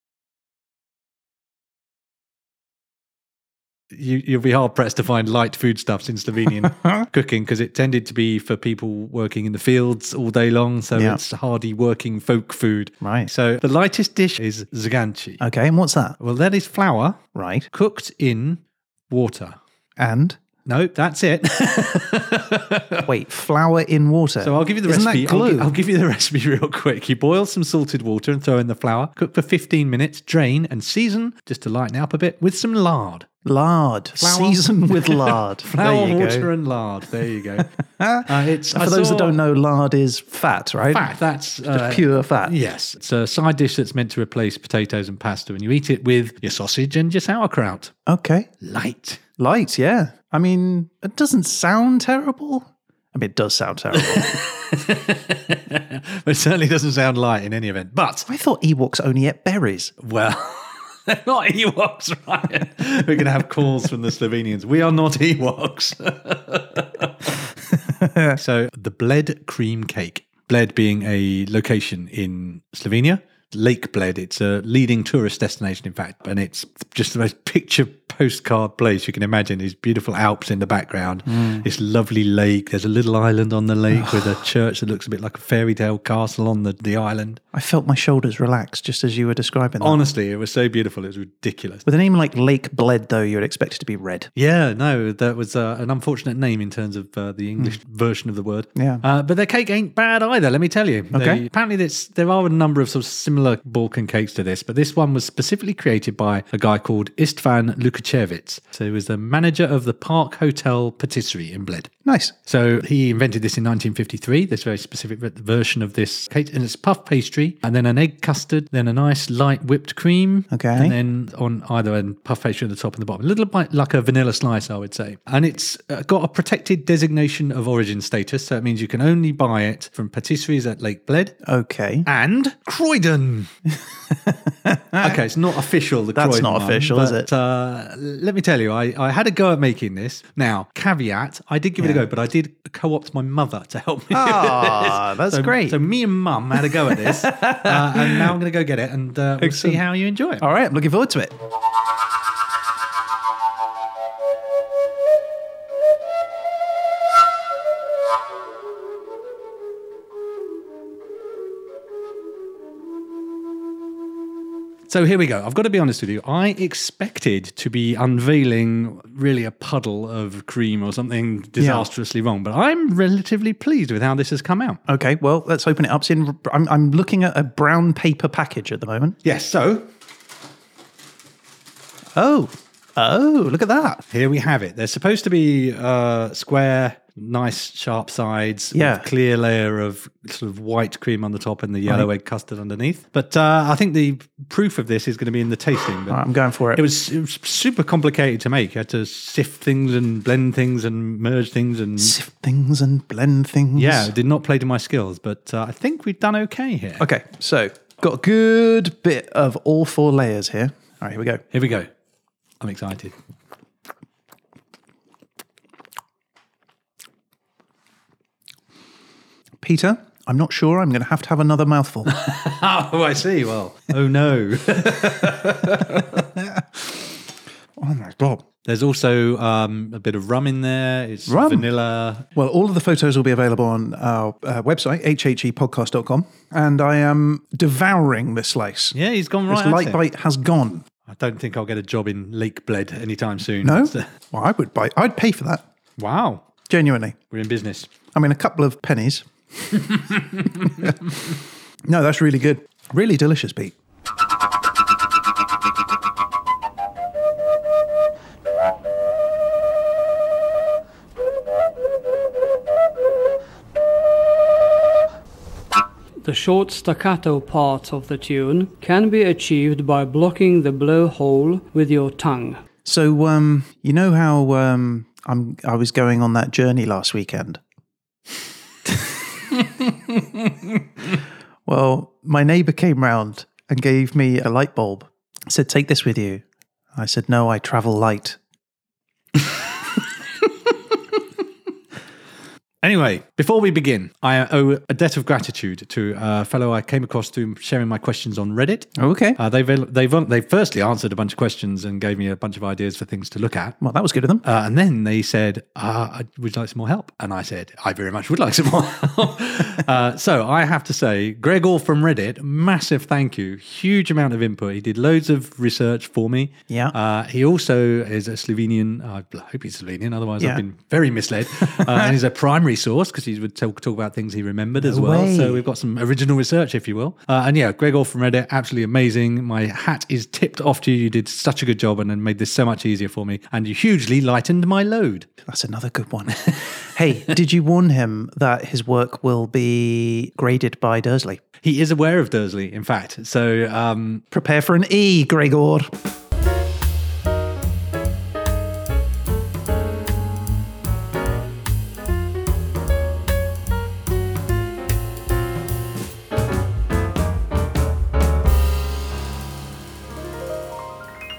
Speaker 2: you, you'll be hard pressed to find light foodstuffs in Slovenian cooking because it tended to be for people working in the fields all day long. So
Speaker 1: Yeah.
Speaker 2: it's hardy working folk food.
Speaker 1: Right. Uh,
Speaker 2: So the lightest dish is zaganci.
Speaker 1: Okay, and what's that?
Speaker 2: well, that is flour
Speaker 1: Right.
Speaker 2: cooked in water.
Speaker 1: And
Speaker 2: No, that's it.
Speaker 1: wait, flour in water.
Speaker 2: So I'll give you the
Speaker 1: Isn't
Speaker 2: recipe.
Speaker 1: That
Speaker 2: I'll,
Speaker 1: glue?
Speaker 2: gi- I'll give you the recipe real quick. You boil some salted water and throw in the flour. Cook for 15 minutes. Drain and season just to lighten it up a bit with some lard.
Speaker 1: lard. Seasoned with lard.
Speaker 2: Flour,
Speaker 1: there you
Speaker 2: water,
Speaker 1: go.
Speaker 2: and lard. There you go. Uh, it's
Speaker 1: For those that don't know, lard is fat, right?
Speaker 2: fat. That's uh,
Speaker 1: Pure fat.
Speaker 2: Yes, it's a side dish that's meant to replace potatoes and pasta, and you eat it with your sausage and your sauerkraut.
Speaker 1: Okay.
Speaker 2: Light.
Speaker 1: Light, yeah. I mean, it doesn't sound terrible. I mean, it does sound terrible.
Speaker 2: But it certainly doesn't sound light in any event. But
Speaker 1: I thought Ewoks only ate berries.
Speaker 2: Well, they're not Ewoks, Ryan. We're going to have calls from the Slovenians. We are not Ewoks. so, the Bled cream cake. Bled being a location in Slovenia. Lake Bled. It's a leading tourist destination, in fact, and it's just the most picture postcard place you can imagine. These beautiful Alps in the background, this lovely lake. There's a little island on the lake with a church that looks a bit like a fairy tale castle on the, the island.
Speaker 1: I felt my shoulders relax just as you were describing that.
Speaker 2: Honestly, it was so beautiful. It was ridiculous.
Speaker 1: With a name like Lake Bled, though, you'd expect it to be red.
Speaker 2: Yeah, no, that was uh, an unfortunate name in terms of uh, the English version of the word.
Speaker 1: Hmm. Yeah.
Speaker 2: uh, but their cake ain't bad either. Let me tell you.
Speaker 1: Okay.
Speaker 2: They- apparently, there's, there are a number of sort of similar Balkan cakes to this, but this one was specifically created by a guy called Istvan Lukačević. So he was the manager of the Park Hotel Patisserie in Bled.
Speaker 1: Nice.
Speaker 2: So he invented this in 1953, this very specific v- version of this cake. And it's puff pastry, and then an egg custard, then a nice light whipped cream.
Speaker 1: Okay.
Speaker 2: And then on either end, puff pastry at the top and the bottom. A little bit like a vanilla slice, I would say. And it's uh, got a protected designation of origin status. So it means you can only buy it from patisseries at Lake Bled
Speaker 1: Okay.
Speaker 2: and Croydon. okay, it's not official. The
Speaker 1: That's
Speaker 2: Croydon
Speaker 1: not
Speaker 2: one,
Speaker 1: official, is
Speaker 2: but,
Speaker 1: it?
Speaker 2: Uh, let me tell you, I, I had a go at making this. Now, caveat: I did give it a go, but I did co-opt my mother to help me.
Speaker 1: Ah,
Speaker 2: with this.
Speaker 1: that's
Speaker 2: so,
Speaker 1: great.
Speaker 2: So me and mum had a go at this, uh, and now I'm going to go get it and uh, we'll see
Speaker 1: Excellent.
Speaker 2: how you enjoy it.
Speaker 1: All right, I'm looking forward to it.
Speaker 2: So here we go. I've got to be honest with you. I expected to be unveiling really a puddle of cream or something disastrously wrong, but I'm relatively pleased with how this has come out.
Speaker 1: Okay, well, let's open it up. It's in, I'm, I'm looking at a brown paper package at the moment.
Speaker 2: Yes. So
Speaker 1: Oh, oh, look at that.
Speaker 2: Here we have it. They're supposed to be uh, square, nice sharp sides, with
Speaker 1: Yeah.
Speaker 2: clear layer of sort of white cream on the top and the yellow egg custard underneath. But uh, I think the proof of this is going to be in the tasting. But
Speaker 1: All right, I'm going for it.
Speaker 2: it was, it was super complicated to make. You had to sift things and blend things and merge things and.
Speaker 1: sift things and blend things.
Speaker 2: Yeah, it did not play to my skills, but uh, I think we've done okay here.
Speaker 1: Okay, so got a good bit of all four layers here. All right, here we go.
Speaker 2: Here we go. I'm excited.
Speaker 1: Peter, I'm not sure. I'm going to have to have another mouthful.
Speaker 2: Oh, I see. Well, oh no.
Speaker 1: oh my god.
Speaker 2: There's also um, a bit of rum in there. It's
Speaker 1: Rum?
Speaker 2: vanilla.
Speaker 1: Well, all of the photos will be available on our uh, website, hhepodcast.com. And I am devouring this slice.
Speaker 2: Yeah, he's gone
Speaker 1: This
Speaker 2: right.
Speaker 1: light
Speaker 2: at it.
Speaker 1: bite has gone.
Speaker 2: I don't think I'll get a job in Lake Bled anytime soon.
Speaker 1: No?
Speaker 2: So-
Speaker 1: Well, I would buy, I'd pay for that.
Speaker 2: wow,
Speaker 1: Genuinely.
Speaker 2: we're in business.
Speaker 1: I mean, a couple of pennies. no, that's really good. Really delicious, Pete.
Speaker 5: The short staccato part of the tune can be achieved by blocking the blowhole with your tongue.
Speaker 1: So, um, you know how um, I'm, I was going on that journey last weekend? Well, my neighbor came round and gave me a light bulb. Said, Take this with you. I said, No, I travel light.
Speaker 2: Anyway, before we begin, I owe a debt of gratitude to a fellow I came across through sharing my questions on Reddit.
Speaker 1: Okay.
Speaker 2: Uh, they they they firstly answered a bunch of questions and gave me a bunch of ideas for things to look at.
Speaker 1: well, that was good of them.
Speaker 2: Uh, and then they said, uh, I- Would you like some more help? And I said, I very much would like some more help. uh, so I have to say, Gregor from Reddit, massive thank you. Huge amount of input. He did loads of research for me.
Speaker 1: Yeah.
Speaker 2: Uh, he also is a Slovenian. I bl- hope he's Slovenian, otherwise,
Speaker 1: Yeah.
Speaker 2: I've been very misled. uh, and he's a primary source because he would talk, talk about things he remembered as well.
Speaker 1: way.
Speaker 2: So we've got some original research, if you will. Uh, and yeah, Gregor from Reddit, absolutely amazing. My hat is tipped off to you. You did such a good job and then made this so much easier for me. And you hugely lightened my load.
Speaker 1: That's another good one. hey, did you warn him that his work will be graded by Dursley?
Speaker 2: He is aware of Dursley, in fact. So um,
Speaker 1: Prepare for an E, Gregor.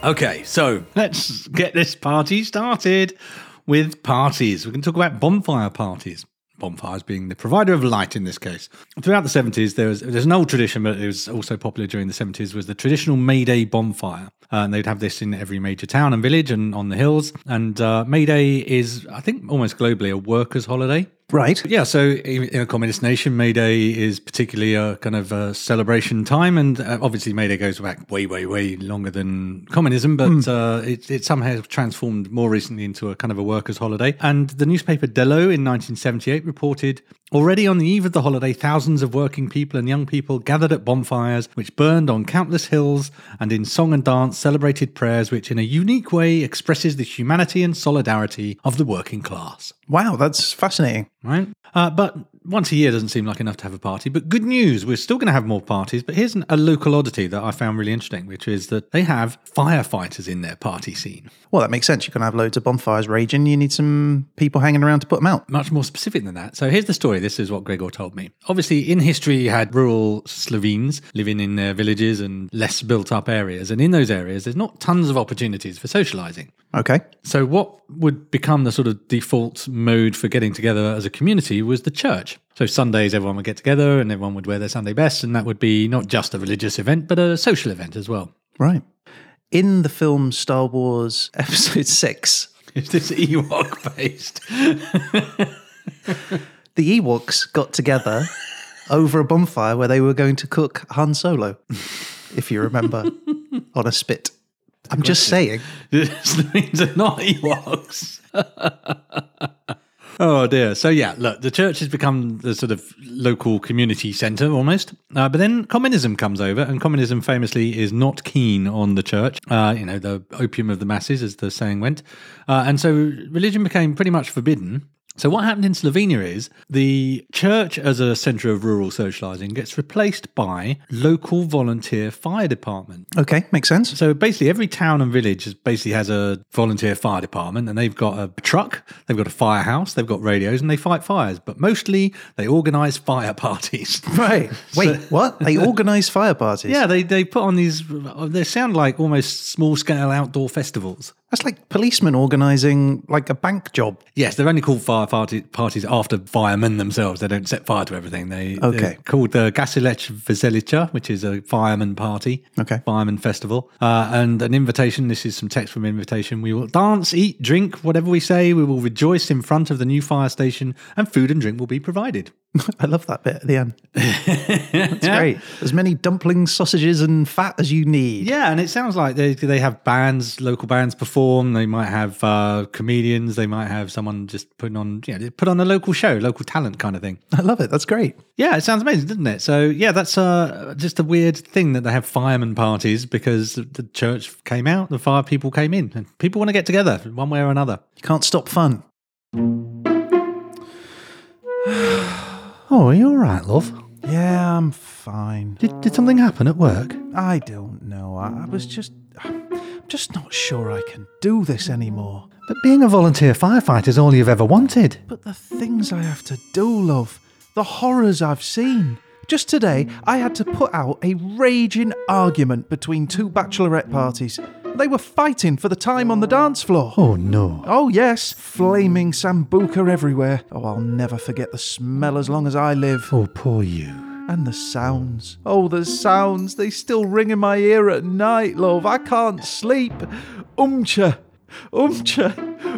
Speaker 2: Okay, so let's get this party started with parties. We're going to talk about bonfire parties. Bonfires being the provider of light in this case. Throughout the 70s, there was there's an old tradition, but it was also popular during the 70s, was the traditional May Day bonfire. Uh, and they'd have this in every major town and village and on the hills. And uh, May Day is, I think, almost globally a workers' holiday.
Speaker 1: Right.
Speaker 2: Yeah, so in in a communist nation, May Day is particularly a kind of a celebration time, and uh, obviously May Day goes back way, way, way longer than communism, but uh, it, it somehow transformed more recently into a kind of a workers' holiday. And the newspaper Delo in 1978 reported already on the eve of the holiday, thousands of working people and young people gathered at bonfires, which burned on countless hills, and in song and dance celebrated prayers, which in a unique way expresses the humanity and solidarity of the working class
Speaker 1: Wow, that's fascinating.
Speaker 2: right? Uh, but once a year doesn't seem like enough to have a party. But good news, we're still going to have more parties. But here's an, a local oddity that I found really interesting, which is that they have firefighters in their party scene.
Speaker 1: Well, that makes sense. You can have loads of bonfires raging. You need some people hanging around to put them out.
Speaker 2: Much more specific than that. So here's the story. This is what Gregor told me. Obviously, in history, you had rural Slovenes living in their villages and less built up areas. And in those areas, there's not tons of opportunities for socializing.
Speaker 1: Okay.
Speaker 2: So, what would become the sort of default mode for getting together as a community was the church. So, Sundays, everyone would get together and everyone would wear their Sunday best, and that would be not just a religious event, but a social event as well.
Speaker 1: Right. In the film Star Wars Episode 6,
Speaker 2: Is this Ewok based?
Speaker 1: the Ewoks got together over a bonfire where they were going to cook Han Solo, if you remember, on a spit. I'm just saying.
Speaker 2: Slovenes are not Ewoks. oh dear. So yeah, look, the church has become the sort of local community centre almost. Uh, but then communism comes over, and communism famously is not keen on the church. Uh, you know, the opium of the masses, as the saying went. Uh, and so religion became pretty much forbidden. So what happened in Slovenia is the church as a centre of rural socialising gets replaced by local volunteer fire department.
Speaker 1: Okay, makes sense.
Speaker 2: So basically, every town and village is- basically has a volunteer fire department, and they've got a truck, they've got a firehouse, they've got radios, and they fight fires. But mostly, they organise fire parties.
Speaker 1: Right. Wait, what? They organised fire parties.
Speaker 2: yeah, they they put on these. They sound like almost small scale outdoor festivals.
Speaker 1: That's like policemen organising like a bank job.
Speaker 2: Yes, they're only called fire party, parties after firemen themselves. They don't set fire to everything. They
Speaker 1: Okay.
Speaker 2: they're called the Gasilec Veselica, which is a fireman party,
Speaker 1: Okay.
Speaker 2: fireman festival, uh, and an invitation. This is some text from invitation. We will dance, eat, drink, whatever we say. We will rejoice in front of the new fire station, and food and drink will be provided.
Speaker 1: I love that bit at the end. That's great. As many dumplings, sausages, and fat as you need.
Speaker 2: Yeah, and it sounds like they they have bands, local bands perform. They might have uh, comedians. They might have someone just putting on, you know, they put on a local show, local talent kind of thing.
Speaker 1: I love it. That's great.
Speaker 2: Yeah, it sounds amazing, doesn't it? So yeah, that's uh, just a weird thing that they have fireman parties because the church came out, the fire people came in, and people want to get together one way or another.
Speaker 1: You can't stop fun. Oh, are you all right,
Speaker 2: love?
Speaker 1: Yeah, I'm fine.
Speaker 2: Did, did something happen at work?
Speaker 1: I don't know. I, I was just. I'm just not sure I can do this anymore.
Speaker 2: But being a volunteer firefighter is all you've ever wanted.
Speaker 1: But the things I have to do, love, the horrors I've seen, Just today, I had to put out a raging argument between two bachelorette parties. They were fighting for the time on the dance floor.
Speaker 3: Oh no.
Speaker 1: Oh, yes, flaming sambuca everywhere. Oh, I'll never forget the smell as long as I live.
Speaker 3: Oh, poor you.
Speaker 1: And the sounds. Oh, the sounds. They still ring in my ear at night, love. I can't sleep. Umcha. Umcha.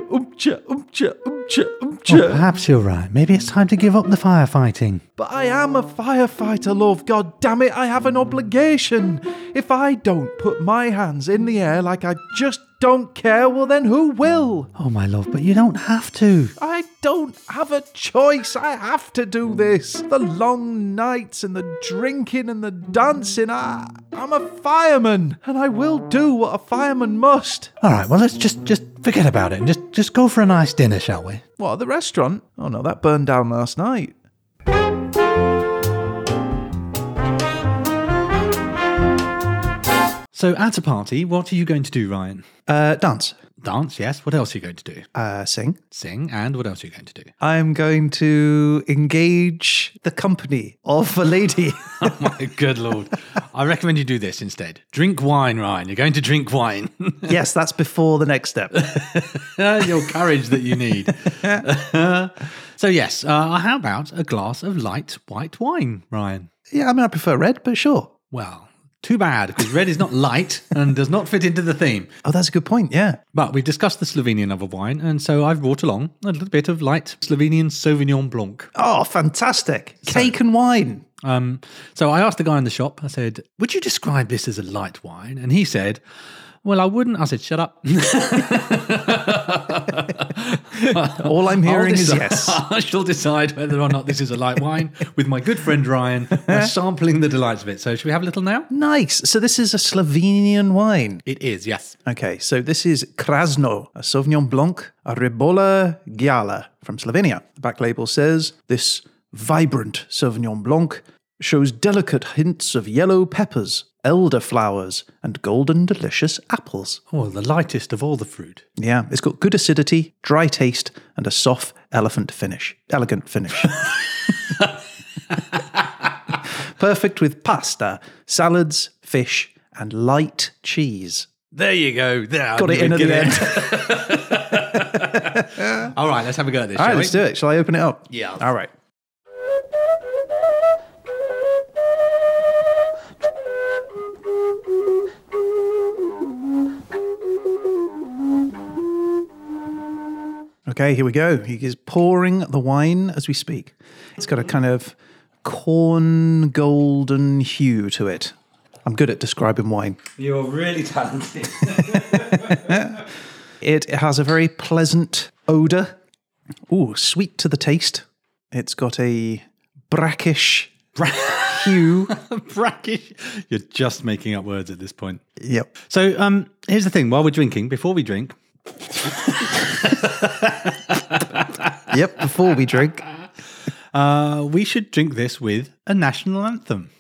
Speaker 1: Umcha. Umcha. Umcha.
Speaker 2: Oh,
Speaker 3: Well,
Speaker 1: Umcha.
Speaker 3: perhaps you're right. Maybe it's time to give up the firefighting.
Speaker 1: But I am a firefighter, love. God damn it, I have an obligation. If I don't put my hands in the air like I just don't care, well, then who will?
Speaker 3: Oh, my love, but you don't have to.
Speaker 1: I don't have a choice. I have to do this. The long nights and the drinking and the dancing. I, I'm a fireman, and I will do what a fireman must.
Speaker 3: All right, well, let's just just forget about it and just just go for a nice dinner, shall we?
Speaker 1: What, the restaurant? Oh no, that burned down last night.
Speaker 2: So at a party, what are you going to do, Ryan?
Speaker 1: Uh, dance.
Speaker 2: Dance, yes. What else are you going to do?
Speaker 1: Uh, sing.
Speaker 2: Sing, and what else are you going to do?
Speaker 1: I'm going to engage the company of a lady.
Speaker 2: Oh my good lord! I recommend you do this instead. Drink wine, Ryan. You're going to drink wine.
Speaker 1: yes, that's before the next step.
Speaker 2: Your courage that you need. so yes, uh, how about a glass of light white wine, Ryan?
Speaker 1: yeah, I mean, I prefer red, but sure.
Speaker 2: Well, too bad because red is not light and does not fit into the theme.
Speaker 1: Oh, that's a good point. Yeah.
Speaker 2: But we've discussed the Slovenian love of wine, and so I've brought along a little bit of light Slovenian Sauvignon Blanc.
Speaker 1: Oh, fantastic. Cake and wine.
Speaker 2: Um, so I asked the guy in the shop, I said, Would you describe this as a light wine? And he said, Well, I wouldn't. I said, Shut up.
Speaker 1: All I'm hearing
Speaker 2: I'll
Speaker 1: is
Speaker 2: decide-
Speaker 1: yes.
Speaker 2: I shall decide whether or not this is a light wine with my good friend Ryan. We're sampling the delights of it. So, should we have a little now?
Speaker 1: Nice. So this is a Slovenian wine.
Speaker 2: It is, yes.
Speaker 1: Okay, so this is Krasno, a Sauvignon Blanc, a Ribola Giala from Slovenia. The back label says this vibrant Sauvignon Blanc shows delicate hints of yellow peppers, elderflowers, and golden delicious apples.
Speaker 2: Oh, the lightest of all the fruit.
Speaker 1: Yeah, it's got good acidity, dry taste, and a soft elephant finish. Elegant finish. Perfect with pasta, salads, fish, and light cheese.
Speaker 2: There you go. There, I
Speaker 1: Got it
Speaker 2: knew
Speaker 1: in at
Speaker 2: we'd
Speaker 1: the
Speaker 2: get
Speaker 1: end.
Speaker 2: it. All right, let's have a go at this.
Speaker 1: All right,
Speaker 2: shall
Speaker 1: let's
Speaker 2: we?
Speaker 1: do it. Shall I open it up?
Speaker 2: Yeah.
Speaker 1: All right. Okay, here we go. He is pouring the wine as we speak. It's got a kind of corn golden hue to it. I'm good at describing wine.
Speaker 2: You're really talented.
Speaker 1: It has a very pleasant odor. Ooh, sweet to the taste. It's got a brackish hue.
Speaker 2: Brackish. You're just making up words at this point.
Speaker 1: Yep.
Speaker 2: So um, here's the thing: while we're drinking, before we drink,
Speaker 1: Yep. Before we drink.
Speaker 2: uh, we should drink this with a national anthem.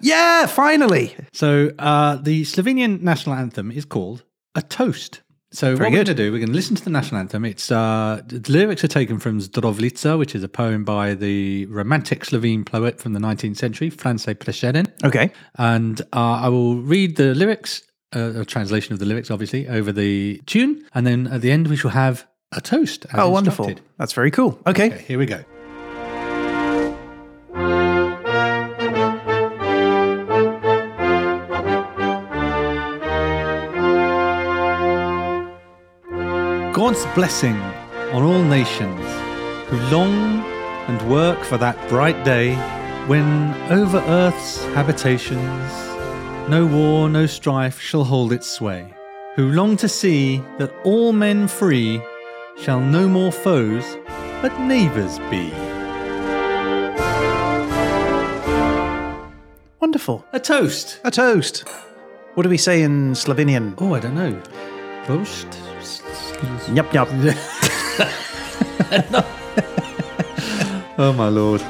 Speaker 1: Yeah, finally.
Speaker 2: So uh, the Slovenian national anthem is called a toast. So what we're going to do, we're going to listen to the national anthem. It's uh, the lyrics are taken from Zdrovljica, which is a poem by the romantic Slovene poet from the 19th century, France Plešenin.
Speaker 1: Okay.
Speaker 2: and uh, I will read the lyrics, uh, a translation of the lyrics, obviously, over the tune, and then at the end we shall have a toast. as
Speaker 1: Oh, wonderful.
Speaker 2: instructed.
Speaker 1: That's very cool. Okay.
Speaker 2: Okay, here we go. God's blessing on all nations who long and work for that bright day when over earth's habitations no war, no strife shall hold its sway, who long to see that all men free shall no more foes but neighbours be.
Speaker 1: Wonderful.
Speaker 2: A toast!
Speaker 1: A toast. What do we say in Slovenian?
Speaker 2: Oh, I don't know. Toast?
Speaker 1: Yup, yup.
Speaker 2: Oh, my lord.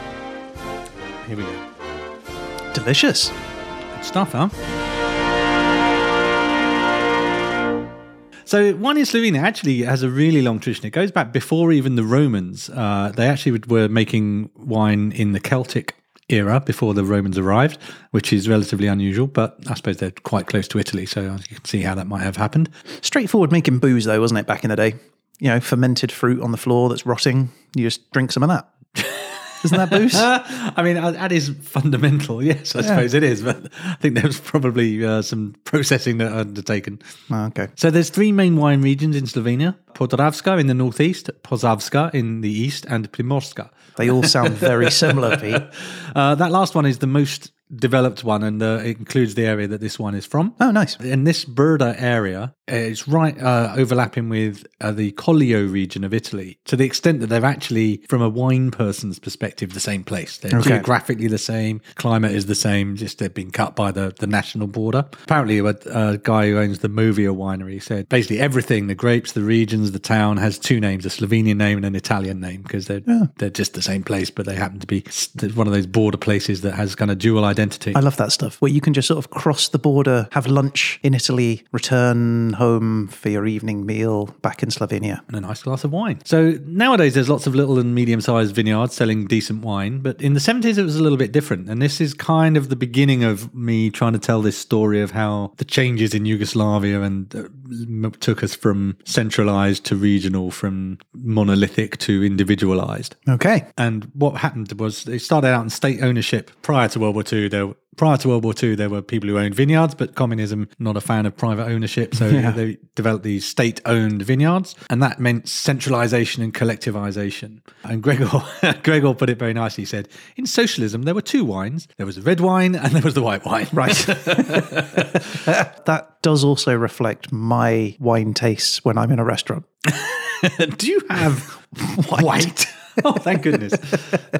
Speaker 2: Here we go.
Speaker 1: Delicious.
Speaker 2: Good stuff, huh? So wine in Slovenia actually has a really long tradition. It goes back before even the Romans. Uh, they actually would, were making wine in the Celtic era before the Romans arrived, which is relatively unusual, but I suppose they're quite close to Italy, so you can see how that might have happened.
Speaker 1: Straightforward making booze, though, wasn't it, back in the day? You know, fermented fruit on the floor that's rotting. You just drink some of that. Isn't that booze? Oh,
Speaker 2: I mean, uh, that is fundamental. Yes, I suppose it is, but I think there was probably uh, some processing that undertaken.
Speaker 1: Oh, okay.
Speaker 2: So there's three main wine regions in Slovenia: Podravska in the northeast, Posavska in the east, and Primorska.
Speaker 1: They all sound very similar, Pete.
Speaker 2: Uh, that last one is the most developed one, and uh, it includes the area that this one is from.
Speaker 1: Oh, nice.
Speaker 2: And this Burda area is right uh, overlapping with uh, the Collio region of Italy to the extent that they're actually, from a wine person's perspective, the same place. They're
Speaker 1: Okay.
Speaker 2: geographically the same, climate is the same, just they've been cut by the, the national border. Apparently, a, a guy who owns the Movia winery said basically everything the grapes, the regions, the town has two names a Slovenian name and an Italian name because they're, they're just the same place, but they happen to be s- one of those border places that has kind of dual identity.
Speaker 1: I love that stuff where you can just sort of cross the border, have lunch in Italy, return home for your evening meal back in Slovenia.
Speaker 2: and a nice glass of wine. So nowadays, there's lots of little and medium sized vineyards selling decent wine, but in the 70s, it was a little bit different. And this is kind of the beginning of me trying to tell this story of how the changes in Yugoslavia and uh, m- took us from centralized to regional, from monolithic to individualized.
Speaker 1: Okay.
Speaker 2: And what happened was it started out in state ownership prior to World War II. There, prior to World War II, there were people who owned vineyards, but communism not a fan of private ownership, so they developed these state-owned vineyards, and that meant centralization and collectivization. And Gregor, Gregor put it very nicely. He said, "In socialism, there were two wines. There was the red wine and there was the white wine."
Speaker 1: Right. that does also reflect my wine tastes when I'm in a restaurant.
Speaker 2: Do you have white? oh, thank goodness.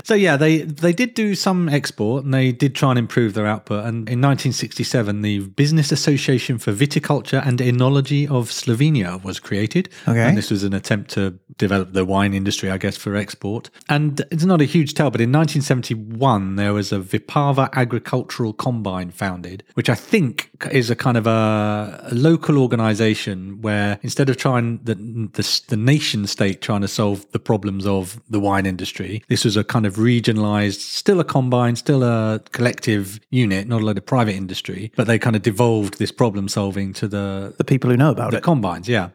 Speaker 2: so yeah, they they did do some export and they did try and improve their output. And in 1967, the Business Association for Viticulture and Enology of Slovenia was created.
Speaker 1: Okay.
Speaker 2: And this was an attempt to develop the wine industry, I guess, for export. And it's not a huge tell, but in 1971 there was a Vipava Agricultural Combine founded, which I think is a kind of a, a local organisation where instead of trying the, the the nation state trying to solve the problems of the wine industry, this was a kind of regionalised, still a combine, still a collective unit, not a lot of private industry, but they kind of devolved this problem solving to the
Speaker 1: The people who know about
Speaker 2: the
Speaker 1: it.
Speaker 2: combines, yeah.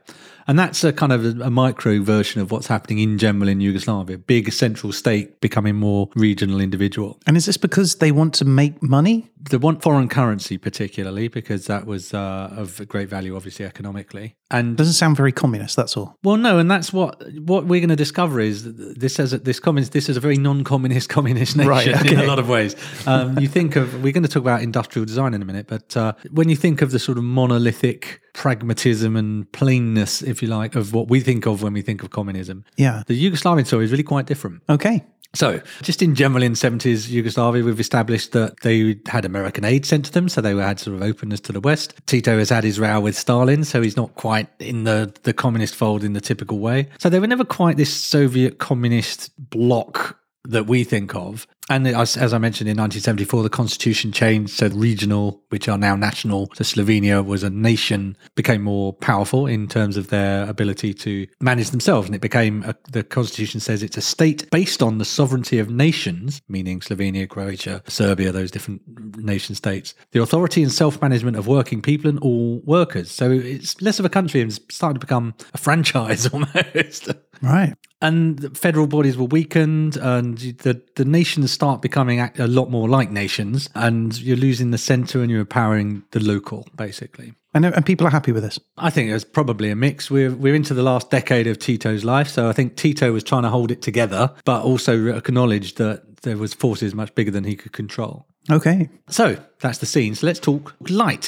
Speaker 2: And that's a kind of a, a micro version of what's happening in general in Yugoslavia. Big central state becoming more regional individual.
Speaker 1: And is this because they want to make money?
Speaker 2: They want foreign currency, particularly because that was uh, of great value, obviously economically. And
Speaker 1: Doesn't sound very communist, that's all.
Speaker 2: well, no, and that's what what we're going to discover is that this as a, this communist this is a very non-communist communist nation
Speaker 1: Right,
Speaker 2: in
Speaker 1: okay.
Speaker 2: a lot of ways. Um, you think of we're going to talk about industrial design in a minute, but uh, when you think of the sort of monolithic pragmatism and plainness, if you like, of what we think of when we think of communism,
Speaker 1: Yeah.
Speaker 2: the Yugoslavian story is really quite different.
Speaker 1: Okay.
Speaker 2: So, just in general, in seventies Yugoslavia, we've established that they had American aid sent to them, so they had sort of openness to the West. Tito has had his row with Stalin, so he's not quite in the the communist fold in the typical way. So they were never quite this Soviet communist bloc that we think of. And as, as I mentioned in 1974, the constitution changed, so regional, which are now national. So Slovenia was a nation, became more powerful in terms of their ability to manage themselves. And it became, a, the constitution says it's a state based on the sovereignty of nations, meaning Slovenia, Croatia, Serbia, those different nation states, the authority and self management of working people and all workers. So it's less of a country and it's starting to become a franchise almost.
Speaker 1: Right.
Speaker 2: and the federal bodies were weakened and you- the, the nations start becoming a a lot more like nations and you're losing the center and you're empowering the local basically
Speaker 1: And, and people are happy with this.
Speaker 2: I think it was probably a mix. We're we're into the last decade of Tito's life, so I think Tito was trying to hold it together, but also acknowledged that there was forces much bigger than he could control.
Speaker 1: Okay.
Speaker 2: So that's the scene. So let's talk light,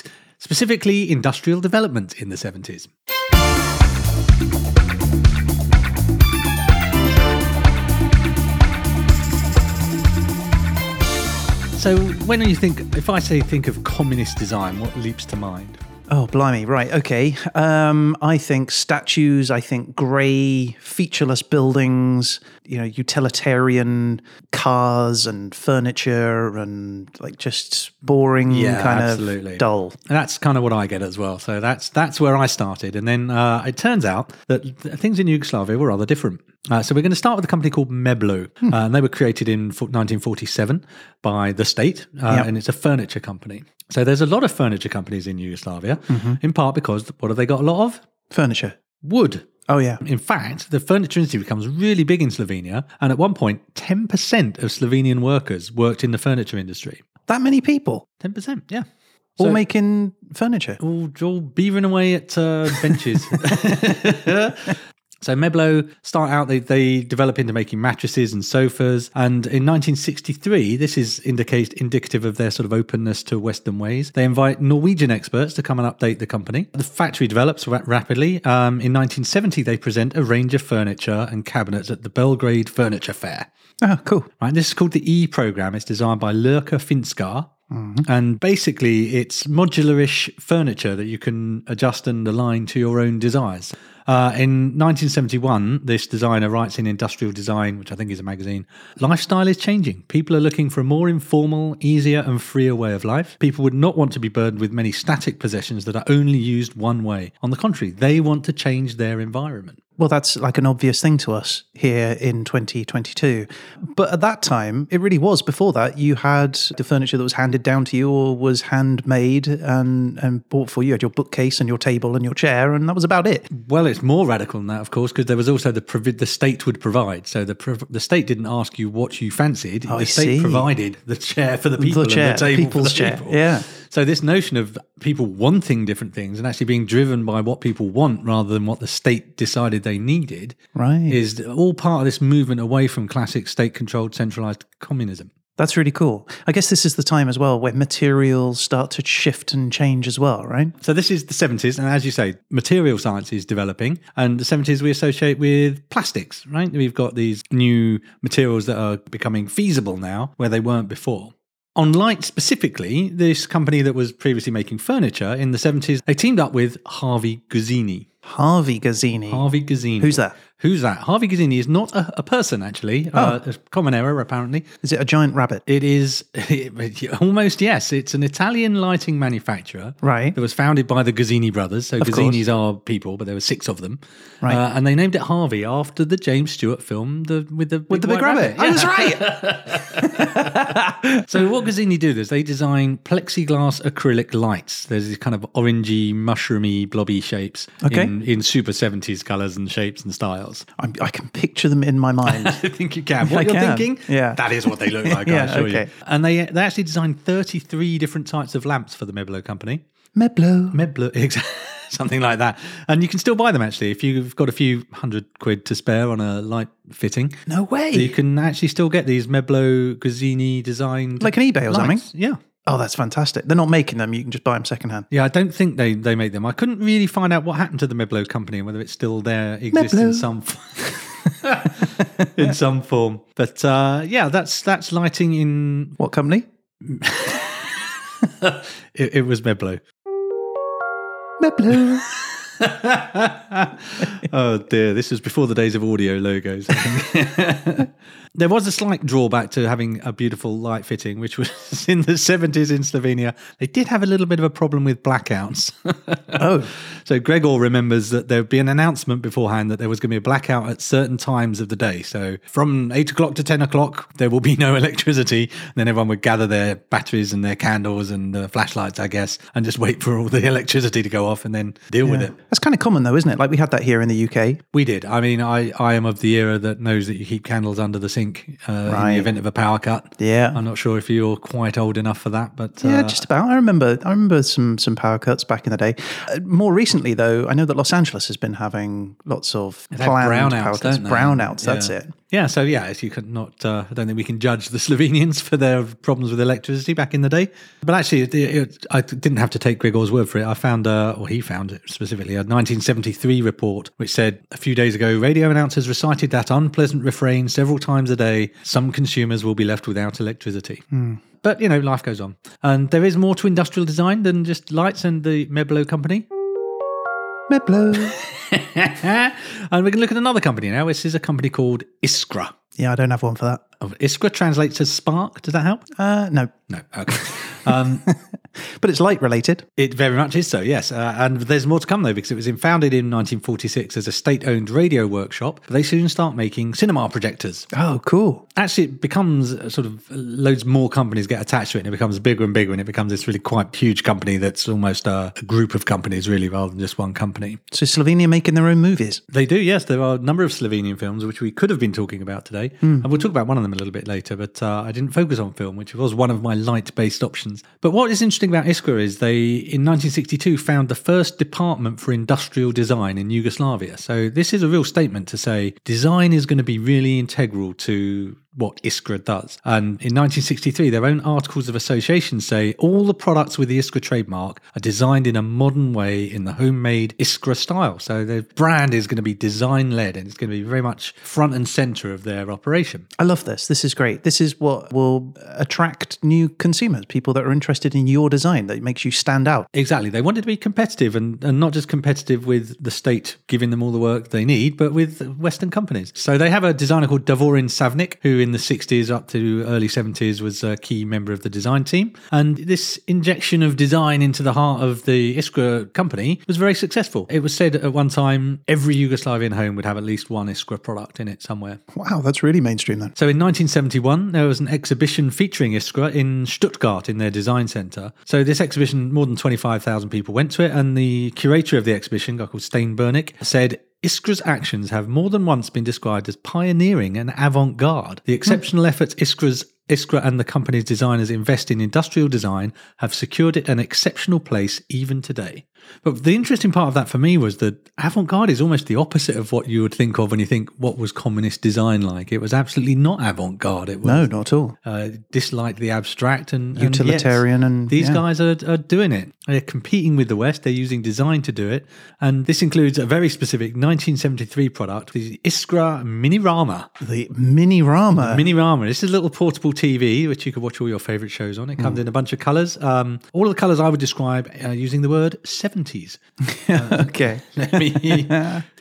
Speaker 2: specifically industrial development in the 70s. So when you think, if I say think of communist design, what leaps to mind?
Speaker 1: Oh, blimey. Right. Okay. Um, I think statues, I think grey, featureless buildings, you know, utilitarian cars and furniture and like just boring,
Speaker 2: Yeah,
Speaker 1: kind
Speaker 2: absolutely.
Speaker 1: of dull.
Speaker 2: And that's kind of what I get as well. So that's that's where I started, and then uh, it turns out that th- things in Yugoslavia were rather different. Uh, so we're going to start with a company called Meblo, uh, and they were created in fo- 1947 by the state, uh,
Speaker 1: Yep.
Speaker 2: and it's a furniture company. So there's a lot of furniture companies in Yugoslavia, in part because what have they got a lot of?
Speaker 1: Furniture.
Speaker 2: Wood.
Speaker 1: Oh, yeah.
Speaker 2: In fact, the furniture industry becomes really big in Slovenia, and at one point, 10% of Slovenian workers worked in the furniture industry.
Speaker 1: That many people
Speaker 2: 10%, yeah.
Speaker 1: all
Speaker 2: So-
Speaker 1: making furniture.
Speaker 2: all, all beavering away at uh, benches. So Meblo start out, they, they develop into making mattresses and sofas. And in 1963, this is indicate, indicative of their sort of openness to Western ways. They invite Norwegian experts to come and update the company. The factory develops ra- rapidly. Um, in 1970, they present a range of furniture and cabinets at the Belgrade Furniture Fair.
Speaker 1: Ah, cool.
Speaker 2: Right, this is called the E program. It's designed by Lurka Finskar. And basically, it's modularish furniture that you can adjust and align to your own desires. Uh, in 1971, this designer writes in Industrial Design, which I think is a magazine, lifestyle is changing. People are looking for a more informal, easier, and freer way of life. People would not want to be burdened with many static possessions that are only used one way. On the contrary, they want to change their environment.
Speaker 1: Well, that's like an obvious thing to us here in 2022. But at that time, it really was. Before that, you had the furniture that was handed down to you or was handmade and, and bought for you. You had your bookcase and your table and your chair, and that was about it.
Speaker 2: Well, it's more radical than that, of course, because there was also the provi- the state would provide. So the prov- the state didn't ask you what you fancied.
Speaker 1: Oh, I
Speaker 2: the state
Speaker 1: see.
Speaker 2: provided the chair for the people,
Speaker 1: chair,
Speaker 2: and the table
Speaker 1: people's
Speaker 2: for the
Speaker 1: chair,
Speaker 2: people.
Speaker 1: yeah.
Speaker 2: So this notion of people wanting different things and actually being driven by what people want rather than what the state decided they needed,
Speaker 1: Right.
Speaker 2: is all part of this movement away from classic state-controlled, centralized communism.
Speaker 1: That's really cool. I guess this is the time as well where materials start to shift and change as well, right?
Speaker 2: So this is the 70s, and as you say, material science is developing, and the 70s we associate with plastics, right? We've got these new materials that are becoming feasible now where they weren't before. On light specifically, this company that was previously making furniture in the 70s, they teamed up with Harvey Guzzini.
Speaker 1: Harvey Gazzini.
Speaker 2: Harvey Guzzini.
Speaker 1: Who's that? Oh.
Speaker 2: Who's that? Harvey Guzzini is not a, a person, actually. Uh, a common error, apparently.
Speaker 1: Is it a giant rabbit?
Speaker 2: It is almost yes. It's an Italian lighting manufacturer,
Speaker 1: Right.
Speaker 2: That was founded by the Gazzini brothers. So
Speaker 1: course.
Speaker 2: Gazzinis are people, but there were six of them,
Speaker 1: Right.
Speaker 2: Uh, and they named it Harvey after the James Stewart film, the with the
Speaker 1: With the big
Speaker 2: white
Speaker 1: rabbit. I was right.
Speaker 2: so what Gazzini do is they design plexiglass acrylic lights. There's these kind of orangey, mushroomy, blobby shapes
Speaker 1: Okay.
Speaker 2: in, in super 70s colours and shapes and styles.
Speaker 1: I'm, I can picture them in my mind.
Speaker 2: I think you can. What
Speaker 1: I
Speaker 2: you're
Speaker 1: can.
Speaker 2: thinking,
Speaker 1: Yeah.
Speaker 2: that is what they look like.
Speaker 1: Yeah,
Speaker 2: I assure
Speaker 1: okay.
Speaker 2: you. And they they actually designed 33 different types of lamps for the Meblo company.
Speaker 1: Meblo.
Speaker 2: Meblo, ex- something like that. And you can still buy them actually if you've got a few hundred quid to spare on a light fitting.
Speaker 1: No way.
Speaker 2: You can actually still get these Meblo Gazzini designed,
Speaker 1: Like an eBay or something?
Speaker 2: lights. Yeah.
Speaker 1: Oh, that's fantastic. They're not making them. You can just buy them secondhand.
Speaker 2: Yeah, I don't think they, they make them. I couldn't really find out what happened to the Meblo company and whether it still there exists in
Speaker 1: Meblo.
Speaker 2: some f- in some form. But uh, yeah, that's that's lighting in
Speaker 1: What company?
Speaker 2: it, it was Meblo.
Speaker 1: Meblo.
Speaker 2: Oh dear, this was before the days of audio logos. I think. there was a slight drawback to having a beautiful light fitting, which was in the 70s in Slovenia. They did have a little bit of a problem with blackouts.
Speaker 1: oh,
Speaker 2: So Gregor remembers that there'd be an announcement beforehand that there was going to be a blackout at certain times of the day. So from eight o'clock to ten o'clock, there will be no electricity. And then everyone would gather their batteries and their candles and their flashlights, I guess, and just wait for all the electricity to go off and then deal with it.
Speaker 1: that's kind of common though, isn't it? Like we had that here in the UK.
Speaker 2: We did. I mean, I, I am of the era that knows that you keep candles under the sink uh, in
Speaker 1: Right.
Speaker 2: the event of a power cut.
Speaker 1: Yeah.
Speaker 2: I'm not sure if you're quite old enough for that, but
Speaker 1: Yeah,
Speaker 2: uh,
Speaker 1: just about. I remember. I remember some some power cuts back in the day. Uh, more recently, though, I know that Los Angeles has been having lots of
Speaker 2: They have
Speaker 1: planned power
Speaker 2: brownouts,
Speaker 1: cuts.
Speaker 2: don't they?
Speaker 1: Brownouts. That's
Speaker 2: Yeah.
Speaker 1: it.
Speaker 2: Yeah, so yeah, if you could not, uh, I don't think we can judge the Slovenians for their problems with electricity back in the day. But actually, it, it, I didn't have to take Gregor's word for it. I found, uh, or he found it specifically, a 1973 report which said a few days ago, radio announcers recited that unpleasant refrain several times a day. Some consumers will be left without electricity.
Speaker 1: Hmm.
Speaker 2: But you know, life goes on, and there is more to industrial design than just lights and the Meblo company.
Speaker 1: Meblo.
Speaker 2: and we can look at another company now. This is a company called Iskra.
Speaker 1: yeah, I don't have one for that.
Speaker 2: Of Iskra translates as spark. Does that help?
Speaker 1: Uh, no.
Speaker 2: No. Okay. Um,
Speaker 1: but it's light related.
Speaker 2: It very much is so, yes. Uh, and there's more to come though, because it was in- founded in 1946 as a state-owned radio workshop. But they soon start making cinema projectors.
Speaker 1: Oh, cool.
Speaker 2: Actually, it becomes uh, sort of loads more companies get attached to it, and it becomes bigger and bigger, and it becomes this really quite huge company that's almost uh, a group of companies, really, rather than just one company.
Speaker 1: So Slovenia making their own movies.
Speaker 2: They do, yes. There are a number of Slovenian films which we could have been talking about today, and we'll talk about one of them a little bit later. But uh, I didn't focus on film, which was one of my light-based options. But what is interesting about Iskra is they, in 1962, found the first department for industrial design in Yugoslavia. So this is a real statement to say design is going to be really integral to what Iskra does. And in 1963, their own articles of association say all the products with the Iskra trademark are designed in a modern way in the homemade Iskra style. So their brand is going to be design led and it's going to be very much front and center of their operation.
Speaker 1: I love this. This is great. This is what will attract new consumers, people that are interested in your design that makes you stand out.
Speaker 2: Exactly. They wanted to be competitive and, and not just competitive with the state giving them all the work they need, but with Western companies. So they have a designer called Davorin Savnik, who in the 60s up to early 70s was a key member of the design team. And this injection of design into the heart of the Iskra company was very successful. It was said at one time every Yugoslavian home would have at least one Iskra product in it somewhere.
Speaker 1: Wow, that's really mainstream then.
Speaker 2: So in 1971, there was an exhibition featuring Iskra in Stuttgart in their design centre. So this exhibition, more than 25,000 people went to it, and the curator of the exhibition, a guy called Stein Bernick, said. Iskra's actions have more than once been described as pioneering and avant garde. The exceptional efforts Iskra's Iskra and the company's designers invest in industrial design have secured it an exceptional place even today. But the interesting part of that for me was that avant garde is almost the opposite of what you would think of when you think what was communist design like. It was absolutely not avant garde. It was
Speaker 1: No, not at all.
Speaker 2: uh, disliked the abstract and and yet
Speaker 1: Utilitarian and-
Speaker 2: these
Speaker 1: yeah.
Speaker 2: guys are, are doing it. They're competing with the West. They're using design to do it, and this includes a very specific 1973 product, the Iskra Minirama.
Speaker 1: The mini Rama.
Speaker 2: Minirama. This is a little portable TV which you could watch all your favorite shows on. It
Speaker 1: Mm.
Speaker 2: comes in a bunch of colors. Um, all of the colors I would describe uh, using the word 70s.
Speaker 1: okay.
Speaker 2: Let me-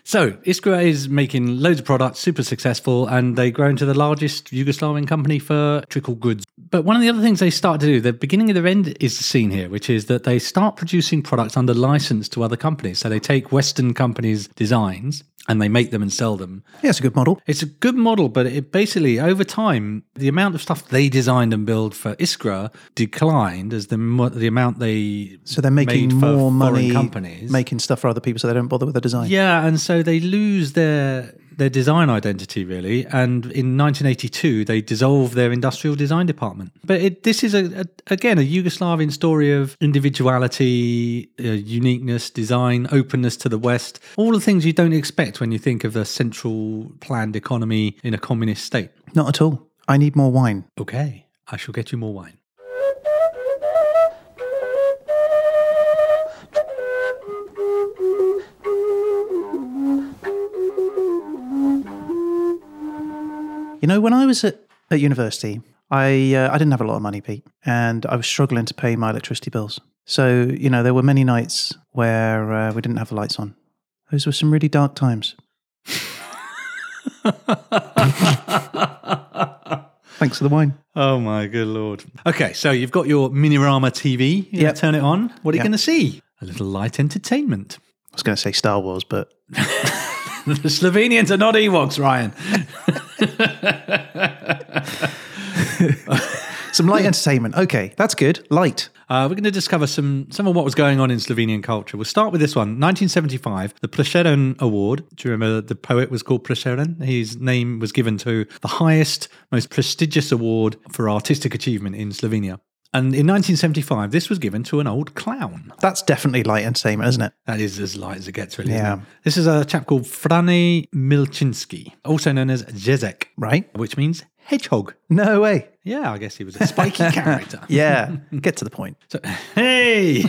Speaker 2: so Iskra is making loads of products, super successful, and they grow into the largest Yugoslavian company for trickle goods. But one of the other things they start to do, the beginning of their end is seen here, which is that they start producing products under license to other companies. So they take Western companies' designs and they make them and sell them.
Speaker 1: Yeah, it's a good model.
Speaker 2: It's a good model, but it basically, over time, the amount of stuff they designed and built for Iskra declined as the mo- the amount they
Speaker 1: So they're making
Speaker 2: made for
Speaker 1: more
Speaker 2: foreign
Speaker 1: money
Speaker 2: companies
Speaker 1: making stuff for other people so they don't bother with the design.
Speaker 2: yeah, and so they lose their their design identity really. And in 1982, they dissolve their industrial design department. But it, this is a, a again a Yugoslavian story of individuality, uh, uniqueness, design, openness to the West, all the things you don't expect when you think of a central planned economy in a communist state.
Speaker 1: Not at all. I need more wine.
Speaker 2: Okay, I shall get you more wine.
Speaker 1: You know, when I was at, at university, I uh, I didn't have a lot of money, Pete, and I was struggling to pay my electricity bills. So you know, there were many nights where uh, we didn't have the lights on. Those were some really dark times. Thanks for the wine.
Speaker 2: Oh my good lord. Okay, so you've got your Minirama TV. You
Speaker 1: Yep.
Speaker 2: turn it on. What are you
Speaker 1: Yep.
Speaker 2: going to see? A little light entertainment.
Speaker 1: I was going to say Star Wars, but
Speaker 2: The Slovenians are not Ewoks, Ryan.
Speaker 1: some light entertainment. Okay, that's good. Light.
Speaker 2: Uh, we're going to discover some some of what was going on in Slovenian culture. We'll start with this one, 1975, the Plešeren Award. Do you remember the poet was called Plešeren? His name was given to the highest, most prestigious award for artistic achievement in Slovenia. And in 1975, this was given to an old clown.
Speaker 1: That's definitely light entertainment, isn't it?
Speaker 2: That is as light as it gets, really.
Speaker 1: Yeah.
Speaker 2: Yeah. This is a chap called Frane Milczynski, also known as Jezek,
Speaker 1: Right?
Speaker 2: which means hedgehog.
Speaker 1: No way.
Speaker 2: Yeah, I guess he was a spiky character.
Speaker 1: Yeah. Get to the point.
Speaker 2: So, hey!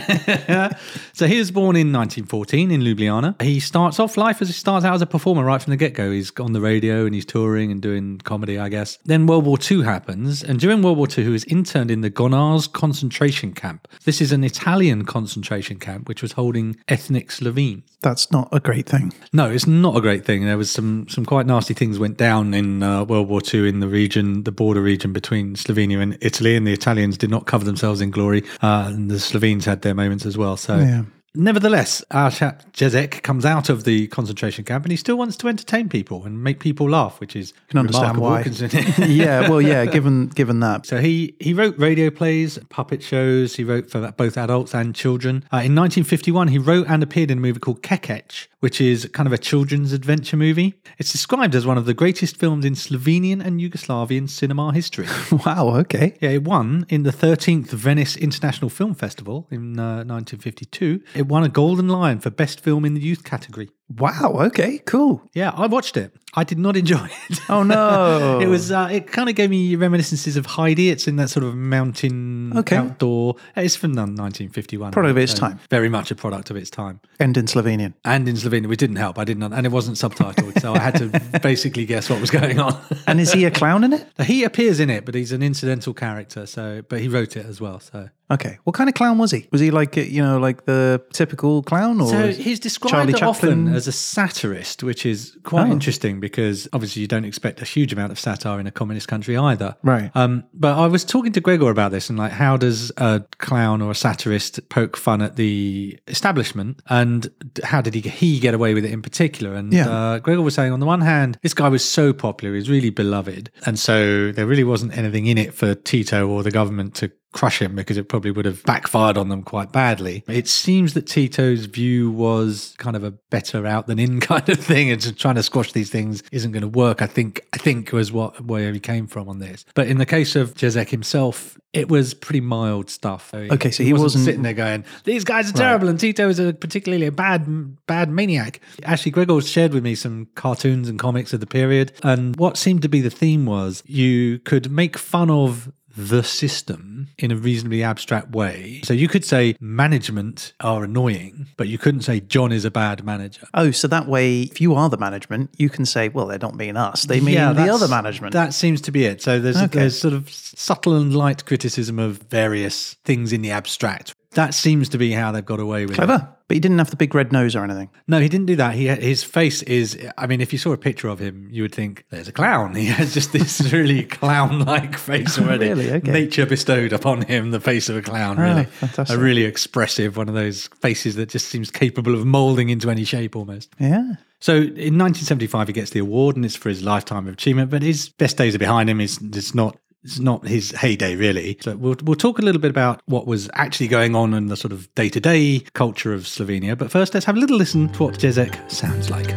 Speaker 2: so he was born in 1914 in Ljubljana. He starts off life as he starts out as a performer right from the get go. He's on the radio and he's touring and doing comedy, I guess. Then World War II happens. And during World War II, he was interned in the Gonars concentration camp. This is an Italian concentration camp which was holding ethnic Slovenes.
Speaker 1: That's not a great thing.
Speaker 2: No, it's not a great thing. There was some some quite nasty things went down in uh, World War II in the region, the border region between between Slovenia and Italy, and the Italians did not cover themselves in glory, uh, and the Slovenes had their moments as well. So.
Speaker 1: Yeah.
Speaker 2: Nevertheless, our chap Jezek comes out of the concentration camp and he still wants to entertain people and make people laugh, which is
Speaker 1: Can understand
Speaker 2: remarkable,
Speaker 1: why.
Speaker 2: considering-
Speaker 1: yeah, well, yeah. Given given that,
Speaker 2: So he, he wrote radio plays, puppet shows. He wrote for both adults and children. Uh, in 1951, he wrote and appeared in a movie called Kekec, which is kind of a children's adventure movie. It's described as one of the greatest films in Slovenian and Yugoslavian cinema history.
Speaker 1: wow. Okay.
Speaker 2: Yeah, it won in the 13th Venice International Film Festival in uh, 1952. It won a Golden Lion for Best Film in the Youth category.
Speaker 1: Wow. Okay. Cool.
Speaker 2: Yeah, I watched it. I did not enjoy it.
Speaker 1: Oh no.
Speaker 2: It was. Uh, it kind of gave me reminiscences of Heidi. It's in that sort of mountain
Speaker 1: Okay.
Speaker 2: outdoor. It's from 1951.
Speaker 1: Product of its
Speaker 2: so
Speaker 1: time.
Speaker 2: Very much a product of its time.
Speaker 1: end in Slovenian.
Speaker 2: And in Slovenia, we didn't help. I didn't, and it wasn't subtitled, so I had to basically guess what was going on.
Speaker 1: And is he a clown in it?
Speaker 2: he appears in it, but he's an incidental character. So, but he wrote it as well. So,
Speaker 1: Okay. What kind of clown was he? Was he like uh, you know like the typical clown or?
Speaker 2: so
Speaker 1: is-
Speaker 2: he's described
Speaker 1: Charlie Chaplin? Oh.
Speaker 2: often as a satirist, which is quite interesting because obviously you don't expect a huge amount of satire in a communist country either.
Speaker 1: Right.
Speaker 2: Um, but I was talking to Gregor about this and like, how does a clown or a satirist poke fun at the establishment, and d- how did he he get away with it in particular? And
Speaker 1: Yeah.
Speaker 2: uh, Gregor was saying on the one hand, this guy was so popular, he was really beloved, and so there really wasn't anything in it for Tito or the government to crush him because it probably would have backfired on them quite badly. It seems that Tito's view was kind of a better out than in kind of thing and just trying to squash these things isn't going to work. I think I think was what where he came from on this. But in the case of Jezek himself, it was pretty mild stuff.
Speaker 1: Okay, so he wasn't-
Speaker 2: sitting there going, "These guys are terrible," and Tito is a particularly a bad, bad maniac. Ashley Gregor shared with me some cartoons and comics of the period, and what seemed to be the theme was you could make fun of the system in a reasonably abstract way. So you could say management are annoying, but you couldn't say John is a bad manager.
Speaker 1: Oh, so that way, if you are the management, you can say, well, they don't mean us. They mean the
Speaker 2: that's-
Speaker 1: other management.
Speaker 2: That seems to be it. So there's
Speaker 1: Okay.
Speaker 2: there's sort of subtle and light criticism of various things in the abstract. That seems to be how they've got away with it.
Speaker 1: Clever. But he didn't have the big red nose or anything.
Speaker 2: No, he didn't do that. He his face is. I mean, if you saw a picture of him, you would think there's a clown. He has just this really clown-like face already.
Speaker 1: Really? Okay. Ah,
Speaker 2: Nature bestowed upon him the face of a clown. Really,
Speaker 1: fantastic.
Speaker 2: a really expressive one of those faces that just seems capable of molding into any shape almost.
Speaker 1: Yeah.
Speaker 2: So in 1975, he gets the award, and it's for his lifetime of achievement. But his best days are behind him. It's, it's not. It's not his heyday, really. So we'll we'll talk a little bit about what was actually going on in the sort of day to day culture of Slovenia. But first, let's have a little listen to what Jezek sounds like.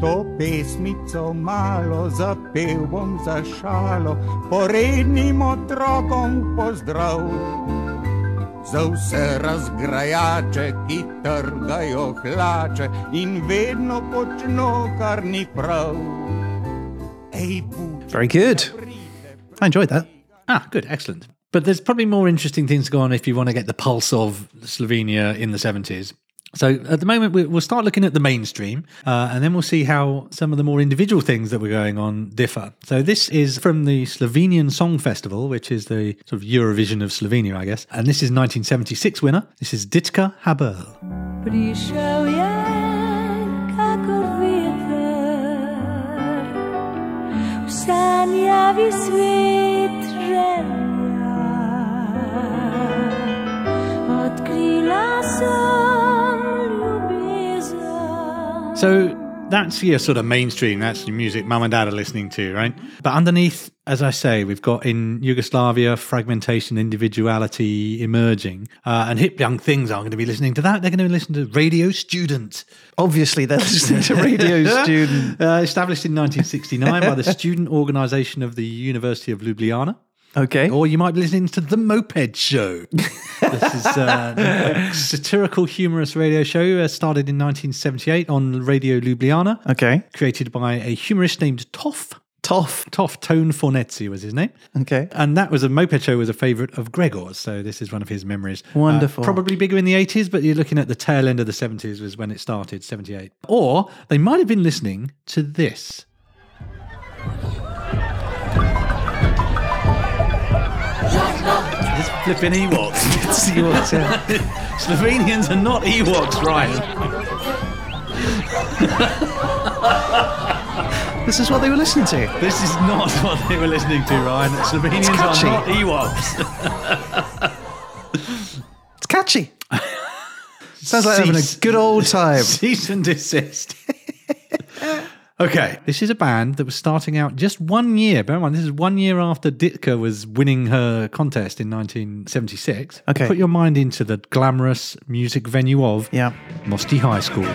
Speaker 6: To pesmico malo zapel bom za šalo, porednim otrokom v pozdrav. Za vse razgrajače, ki trgajo hlače in vedno počno, kar ni prav. Ej, bu,
Speaker 1: Very good. I enjoyed that.
Speaker 2: Ah, good, excellent. But there's probably more interesting things to go on if you want to get the pulse of Slovenia in the 70s. So at the moment, we- we'll start looking at the mainstream, uh, and then we'll see how some of the more individual things that were going on differ. So this is from the Slovenian Song Festival, which is the sort of Eurovision of Slovenia, I guess. And this is 1976 winner. This is Ditka Haberl.
Speaker 7: Prišel je kakor veter, v sanjavi svet želja. Odkrila sem ljubezen.
Speaker 2: So that's your sort of mainstream. That's your music mum and dad are listening to, right? But underneath, as I say, we've got in Yugoslavia fragmentation, individuality emerging, uh, and hip young things aren't going to be listening to that. They're going to listen to Radio Student,
Speaker 1: Obviously, they're listening to Radio Student.
Speaker 2: uh, established in 1969 by the student organisation of the University of Ljubljana.
Speaker 1: Okay.
Speaker 2: Or you might be listening to The Moped Show. this is uh, a satirical, humorous radio show uh, started in 1978 on Radio Ljubljana
Speaker 1: Okay.
Speaker 2: created by a humorist named Toff.
Speaker 1: Toff.
Speaker 2: Toff Tone Fornezzi was his name.
Speaker 1: Okay.
Speaker 2: And that was a moped show was a favourite of Gregor's, so this is one of his memories. Uh,
Speaker 1: Wonderful.
Speaker 2: probably bigger in the eighties, but you're looking at the tail end of the seventies was when it started, seventy eight. Or they might have been listening to this. This flipping Ewoks. Slovenians are not Ewoks, right?
Speaker 1: This is what they were listening to.
Speaker 2: This is not what they were listening to, Ryan. Slovenians
Speaker 1: catchy.
Speaker 2: are not Ewoks.
Speaker 1: It's catchy. Sounds like having
Speaker 2: Cease.
Speaker 1: a good old time.
Speaker 2: Cease and desist. okay, this is a band that was starting out just one year. Bear in mind, this is one year after Ditka was winning her contest in 1976.
Speaker 1: Okay.
Speaker 2: Put your mind into the glamorous music venue of
Speaker 1: Yeah.
Speaker 2: Mosty High School.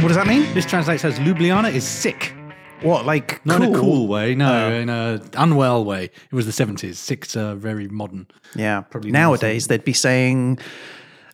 Speaker 1: What does that mean?
Speaker 2: This translates as Ljubljana is sick.
Speaker 1: What, like
Speaker 2: Not
Speaker 1: cool? Oh.
Speaker 2: in a cool way, no, in a unwell way. It was the 70s. Six are very modern.
Speaker 1: Yeah.
Speaker 2: Probably
Speaker 1: Nowadays, they'd be saying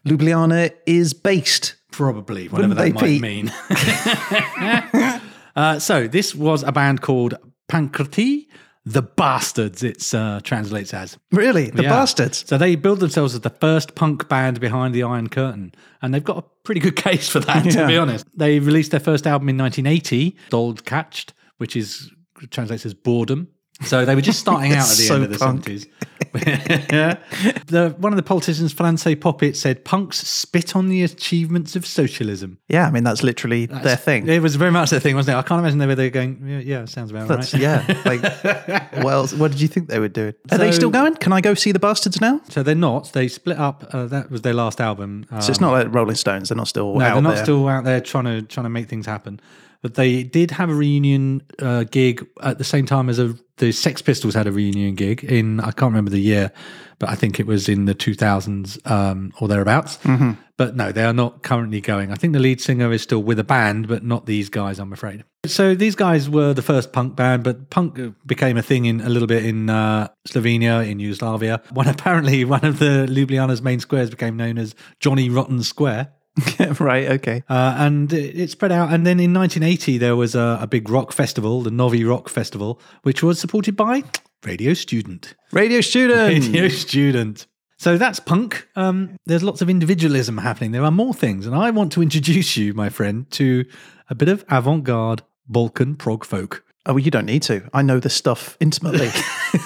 Speaker 1: Ljubljana is based.
Speaker 2: Probably, whatever that
Speaker 1: Wouldn't
Speaker 2: might
Speaker 1: they,
Speaker 2: mean. uh, so this was a band called Pankrati, the Bastards. It's uh, translates as
Speaker 1: Really? The
Speaker 2: Yeah.
Speaker 1: bastards.
Speaker 2: So they build themselves as the first punk band behind the Iron Curtain, and they've got a pretty good case for that, to be honest. They released their first album in 1980, Dold Catched, which is translates as boredom. So they were just starting out at the
Speaker 1: So
Speaker 2: end of the
Speaker 1: punk.
Speaker 2: 70s. the, one of the politicians, France Poppet, said, Punks spit on the achievements of socialism.
Speaker 1: Yeah, I mean, that's literally their thing.
Speaker 2: It was very much their thing, wasn't it? I can't imagine they were there going, yeah, yeah sounds about
Speaker 1: That's,
Speaker 2: right.
Speaker 1: yeah. Like, well, what did you think they were doing? Are they
Speaker 2: So-
Speaker 1: still going? Can I go see the bastards now?
Speaker 2: So they're not. They split up. Uh, that was their last album. uh,
Speaker 1: So it's not like Rolling Stones. They're not still
Speaker 2: Um, No,
Speaker 1: out
Speaker 2: they're not
Speaker 1: there.
Speaker 2: still out there trying to trying to make things happen. But they did have a reunion uh, gig at the same time as a, the Sex Pistols had a reunion gig in I can't remember the year, but I think it was in the two thousands um, or thereabouts.
Speaker 1: Mm-hmm.
Speaker 2: But no, they are not currently going. I think the lead singer is still with a band, but not these guys, I'm afraid. So these guys were the first punk band, but punk became a thing in a little bit in uh, Slovenia, in Yugoslavia. When apparently one of the Ljubljana's main squares became known as Johnny Rotten Square.
Speaker 1: right, okay.
Speaker 2: Uh, and it it spread out. And then in 1980, there was a, a big rock festival, the Novi Rock Festival, which was supported by Radio Student.
Speaker 1: Radio Student.
Speaker 2: Radio Student. So that's punk. Um, there's lots of individualism happening. There are more things. And I want to introduce you, my friend, to a bit of avant garde Balkan prog folk.
Speaker 1: Oh, well, you don't need to. I know this stuff intimately,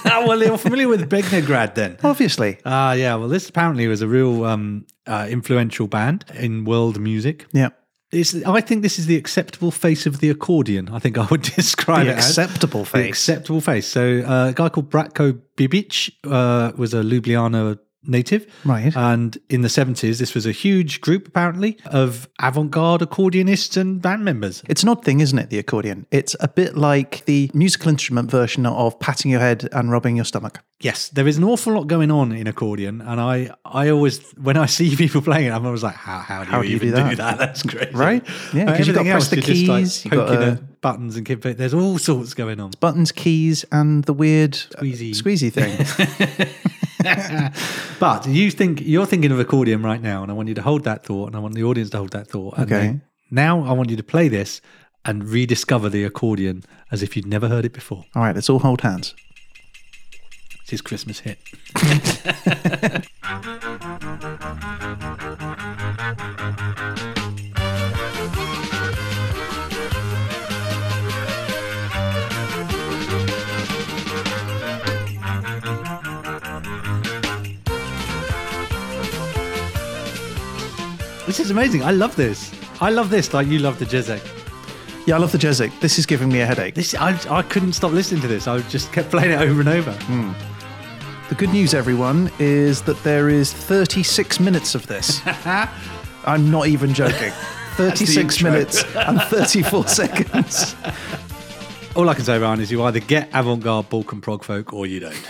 Speaker 2: Ah, well, you're familiar with Begnograd then.
Speaker 1: obviously.
Speaker 2: Ah, yeah. Well, this apparently was a real um, uh, influential band in world music.
Speaker 1: Yeah.
Speaker 2: It's, I think this is the acceptable face of the accordion. I think I would describe
Speaker 1: The
Speaker 2: it as.
Speaker 1: acceptable
Speaker 2: The
Speaker 1: face.
Speaker 2: acceptable face. So uh, a guy called Bratko Bibic uh, was a Ljubljana native.
Speaker 1: Right.
Speaker 2: And in the 70s, this was a huge group, apparently, of avant-garde accordionists and band members.
Speaker 1: It's an odd thing, isn't it, the accordion? It's a bit like the musical instrument version of patting your head and rubbing your stomach.
Speaker 2: Yes, there is an awful lot going on in accordion. And I, I always, when I see people playing it, I'm always like, how, how do
Speaker 1: How
Speaker 2: you
Speaker 1: do you do
Speaker 2: even do that?
Speaker 1: that?
Speaker 2: That's crazy.
Speaker 1: Right? Yeah,
Speaker 2: Uh,
Speaker 1: 'cause you've got to
Speaker 2: everything
Speaker 1: press
Speaker 2: else,
Speaker 1: the
Speaker 2: you're just, like,
Speaker 1: keys, you've got
Speaker 2: poking
Speaker 1: to-
Speaker 2: at buttons and keep, there's all sorts going on.
Speaker 1: Buttons, keys, and the weird uh,
Speaker 2: Squeezy.
Speaker 1: squeezy thing.
Speaker 2: But you think you're thinking of accordion right now, and I want you to hold that thought, and I want the audience to hold that thought. And
Speaker 1: Okay.
Speaker 2: then Now I want you to play this and rediscover the accordion as if you'd never heard it before.
Speaker 1: All right, let's all hold hands.
Speaker 2: It's his Christmas hit. This is amazing. I love this. I love this like you love the Jezek.
Speaker 1: Yeah, I love the Jezik. This is giving me a headache.
Speaker 2: This I, I couldn't stop listening to this. I just kept playing it over and over.
Speaker 1: The good news, everyone, is that there is 36 minutes of this. I'm not even joking. 36
Speaker 2: intro.
Speaker 1: minutes and 34 seconds.
Speaker 2: All I can say, Ryan, is you either get avant-garde Balkan prog folk or you don't.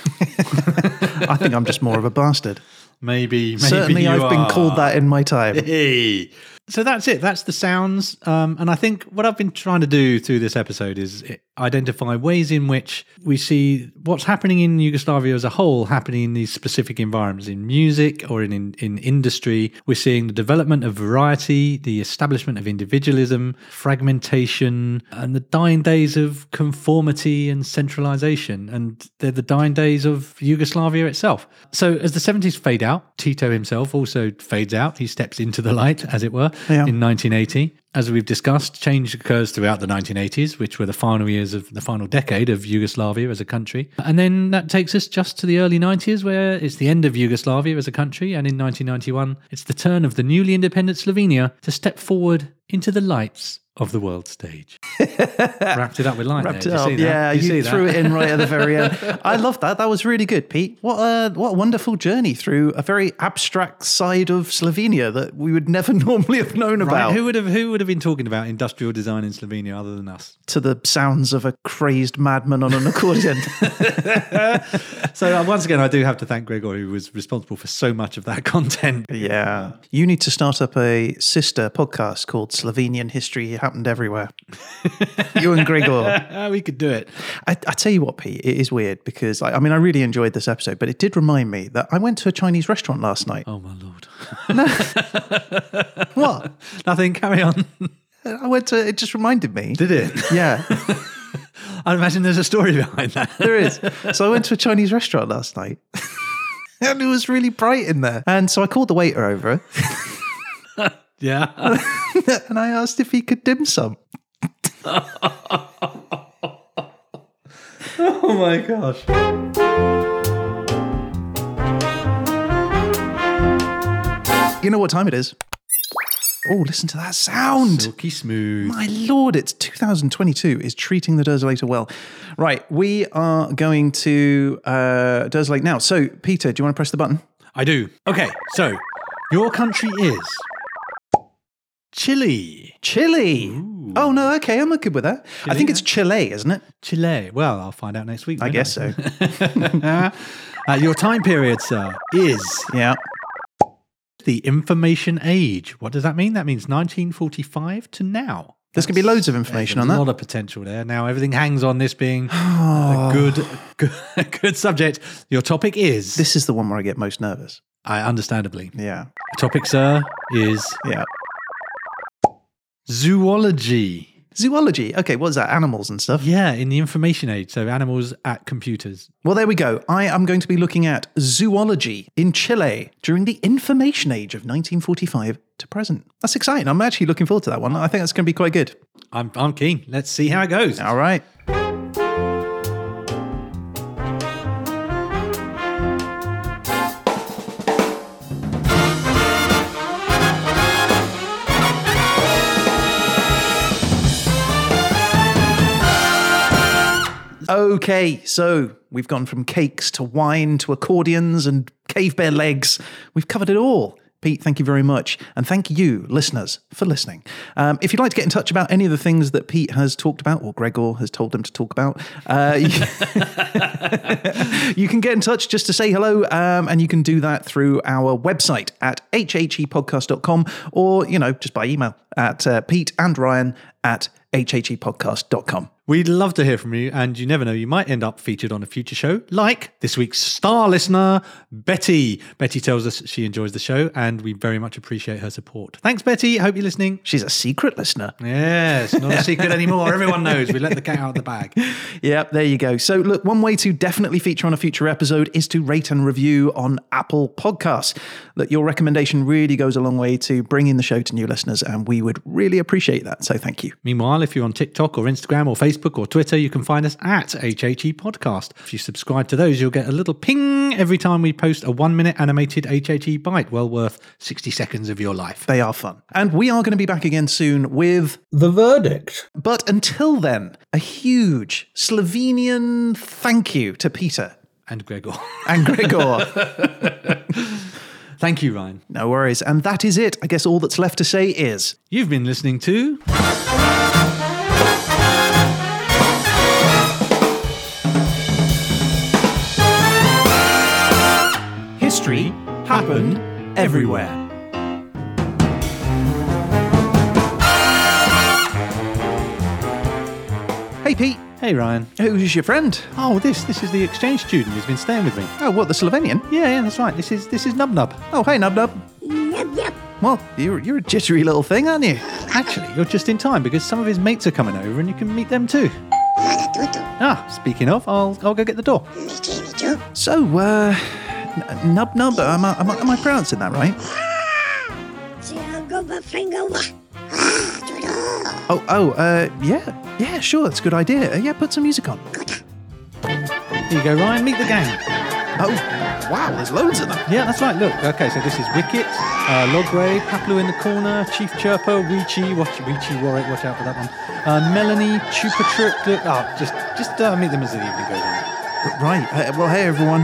Speaker 1: I think I'm just more of a bastard.
Speaker 2: Maybe, maybe
Speaker 1: Certainly,
Speaker 2: you
Speaker 1: I've
Speaker 2: are.
Speaker 1: been called that in my time.
Speaker 2: Hey, so that's it. That's the sounds. Um, and I think what I've been trying to do through this episode is identify ways in which we see what's happening in Yugoslavia as a whole happening in these specific environments in music or in, in, in industry. We're seeing the development of variety, the establishment of individualism, fragmentation, and the dying days of conformity and centralization. And they're the dying days of Yugoslavia itself. So as the 70s fade out, Tito himself also fades out. He steps into the light, as it were,
Speaker 1: Yeah.
Speaker 2: in 1980. As we've discussed, change occurs throughout the 1980s, which were the final years of the final decade of Yugoslavia as a country. And then that takes us just to the early 90s, where it's the end of Yugoslavia as a country. And in 1991, it's the turn of the newly independent Slovenia to step forward into the lights of the world stage. Wrapped it up with light.
Speaker 1: Wrapped
Speaker 2: there.
Speaker 1: it up.
Speaker 2: Did you see that?
Speaker 1: Yeah,
Speaker 2: Did
Speaker 1: you,
Speaker 2: see that?
Speaker 1: threw it in right at the very end. I love that. That was really good, Pete. What a what a wonderful journey through a very abstract side of Slovenia that we would never normally have known about.
Speaker 2: Right, who would have who would have been talking about industrial design in Slovenia other than us?
Speaker 1: to the sounds of a crazed madman on an accordion.
Speaker 2: So uh, once again, I do have to thank Gregor, who was responsible for so much of that content.
Speaker 1: yeah, you need to start up a sister podcast called Slovenian History Happened Everywhere. you and Grigor.
Speaker 2: Uh, we could do it.
Speaker 1: I, I tell you what, Pete, it is weird because I, I mean, I really enjoyed this episode, but it did remind me that I went to a Chinese restaurant last night.
Speaker 2: Oh my lord!
Speaker 1: What?
Speaker 2: Nothing. Carry on.
Speaker 1: I went to. It just reminded me.
Speaker 2: Did it?
Speaker 1: yeah,
Speaker 2: I imagine there's a story behind that.
Speaker 1: there is. So I went to a Chinese restaurant last night. And it was really bright in there. And so I called the waiter over
Speaker 2: Yeah.
Speaker 1: and I asked if he could dim sum.
Speaker 2: Oh my gosh.
Speaker 1: You know what time it is? Oh, listen to that sound.
Speaker 2: Silky smooth.
Speaker 1: My lord, it's 2022 is treating the desolator well. Right, we are going to uh, desolate now. So, Peter, do you want to press the button?
Speaker 2: I do. Okay. So, your country is Chile.
Speaker 1: Chile. Oh no, okay, I'm good with that. I think it's Chile, isn't it?
Speaker 2: Chile. Well, I'll find out next week.
Speaker 1: I
Speaker 2: won't
Speaker 1: guess so.
Speaker 2: Uh, your time period, sir, is
Speaker 1: yeah.
Speaker 2: the information age. What does that mean? That means 1945 to now.
Speaker 1: There's going to be loads of information on
Speaker 2: There's
Speaker 1: that.
Speaker 2: A lot of potential there. Now everything hangs on this being a good, good, good subject. Your topic is
Speaker 1: This is the one where I get most nervous.
Speaker 2: I understandably.
Speaker 1: Yeah.
Speaker 2: Topic, sir, is
Speaker 1: Yeah.
Speaker 2: zoology.
Speaker 1: Zoology. Okay, what's that? Animals and stuff.
Speaker 2: Yeah, in the information age, so animals at computers.
Speaker 1: Well, there we go. I am going to be looking at zoology in Chile during the information age of 1945 to present. That's exciting. I'm actually looking forward to that one. I think that's going to be quite good.
Speaker 2: I'm, I'm keen. Let's see how it goes.
Speaker 1: All right. Okay, so we've gone from cakes to wine to accordions and cave bear legs. We've covered it all. Pete, thank you very much. And thank you, listeners, for listening. Um, if you'd like to get in touch about any of the things that Pete has talked about or Gregor has told them to talk about, uh, you- you can get in touch just to say hello, um, and you can do that through our website at E hhepodcast.com or, you know, just by email at uh, Pete and Ryan at E hhepodcast.com.
Speaker 2: We'd love to hear from you, and you never know, you might end up featured on a future show, like this week's star listener, Betty. Betty tells us she enjoys the show, and we very much appreciate her support. Thanks, Betty. Hope you're listening.
Speaker 1: She's a secret listener.
Speaker 2: Yes, not a secret anymore. Everyone knows we let the cat out of the bag.
Speaker 1: Yep, there you go. So, look, one way to definitely feature on a future episode is to rate and review on Apple Podcasts. Look, your recommendation really goes a long way to bringing the show to new listeners, and we would really appreciate that. So, thank you.
Speaker 2: Meanwhile, if you're on TikTok or Instagram or Facebook or Twitter, you can find us at HHE Podcast. If you subscribe to those, you'll get a little ping every time we post a one minute animated HHE bite, well worth 60 seconds of your life.
Speaker 1: They are fun. And we are going to be back again soon with The Verdict. But until then, a huge Slovenian thank you to Peter
Speaker 2: And Gregor.
Speaker 1: and Gregor.
Speaker 2: Thank you, Ryan.
Speaker 1: no worries. And that is it. I guess all that's left to say is.
Speaker 2: You've been listening to.
Speaker 1: History happened everywhere. Hey, Pete,
Speaker 2: Hey, Ryan.
Speaker 1: who's your friend?
Speaker 2: Oh, this this is the exchange student who's been staying with me.
Speaker 1: Oh, what, the Slovenian?
Speaker 2: Yeah, yeah, that's right. This is this is Nub Nub.
Speaker 1: Oh, hey, Nub Nub. Well, you're, you're a jittery little thing, aren't you?
Speaker 2: Actually, you're just in time because some of his mates are coming over, and you can meet them too. Ah, speaking of, I'll I'll go get the door.
Speaker 1: So, uh, N- Nub Nub, am I, am I, am I pronouncing that right? Oh, oh, uh, yeah, yeah, sure, that's a good idea. Uh, yeah, put some music on.
Speaker 2: Here you go, Ryan. Meet the gang.
Speaker 1: Oh, wow, there's loads of them.
Speaker 2: Yeah, that's right. Look, okay, so this is Wicket, uh, Logray, Paplu in the corner, Chief Chirpo, Weechi, watch Weechi, Warwick, watch out for that one. Uh, Melanie, Chupa Trip, look, oh, just just uh, meet them as the evening goes on.
Speaker 1: Right, uh, well, hey, everyone.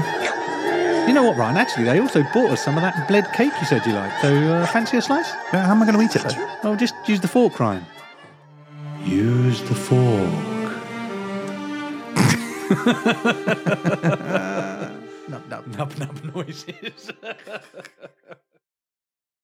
Speaker 2: You know what, Ryan? Actually, they also bought us some of that bled cake you said you liked. So, uh, fancy a slice?
Speaker 1: Uh, how am I going to eat it, though?
Speaker 2: Oh, just use the fork, Ryan.
Speaker 3: Use the fork.
Speaker 1: Nub Nub.
Speaker 2: Nub nub noises.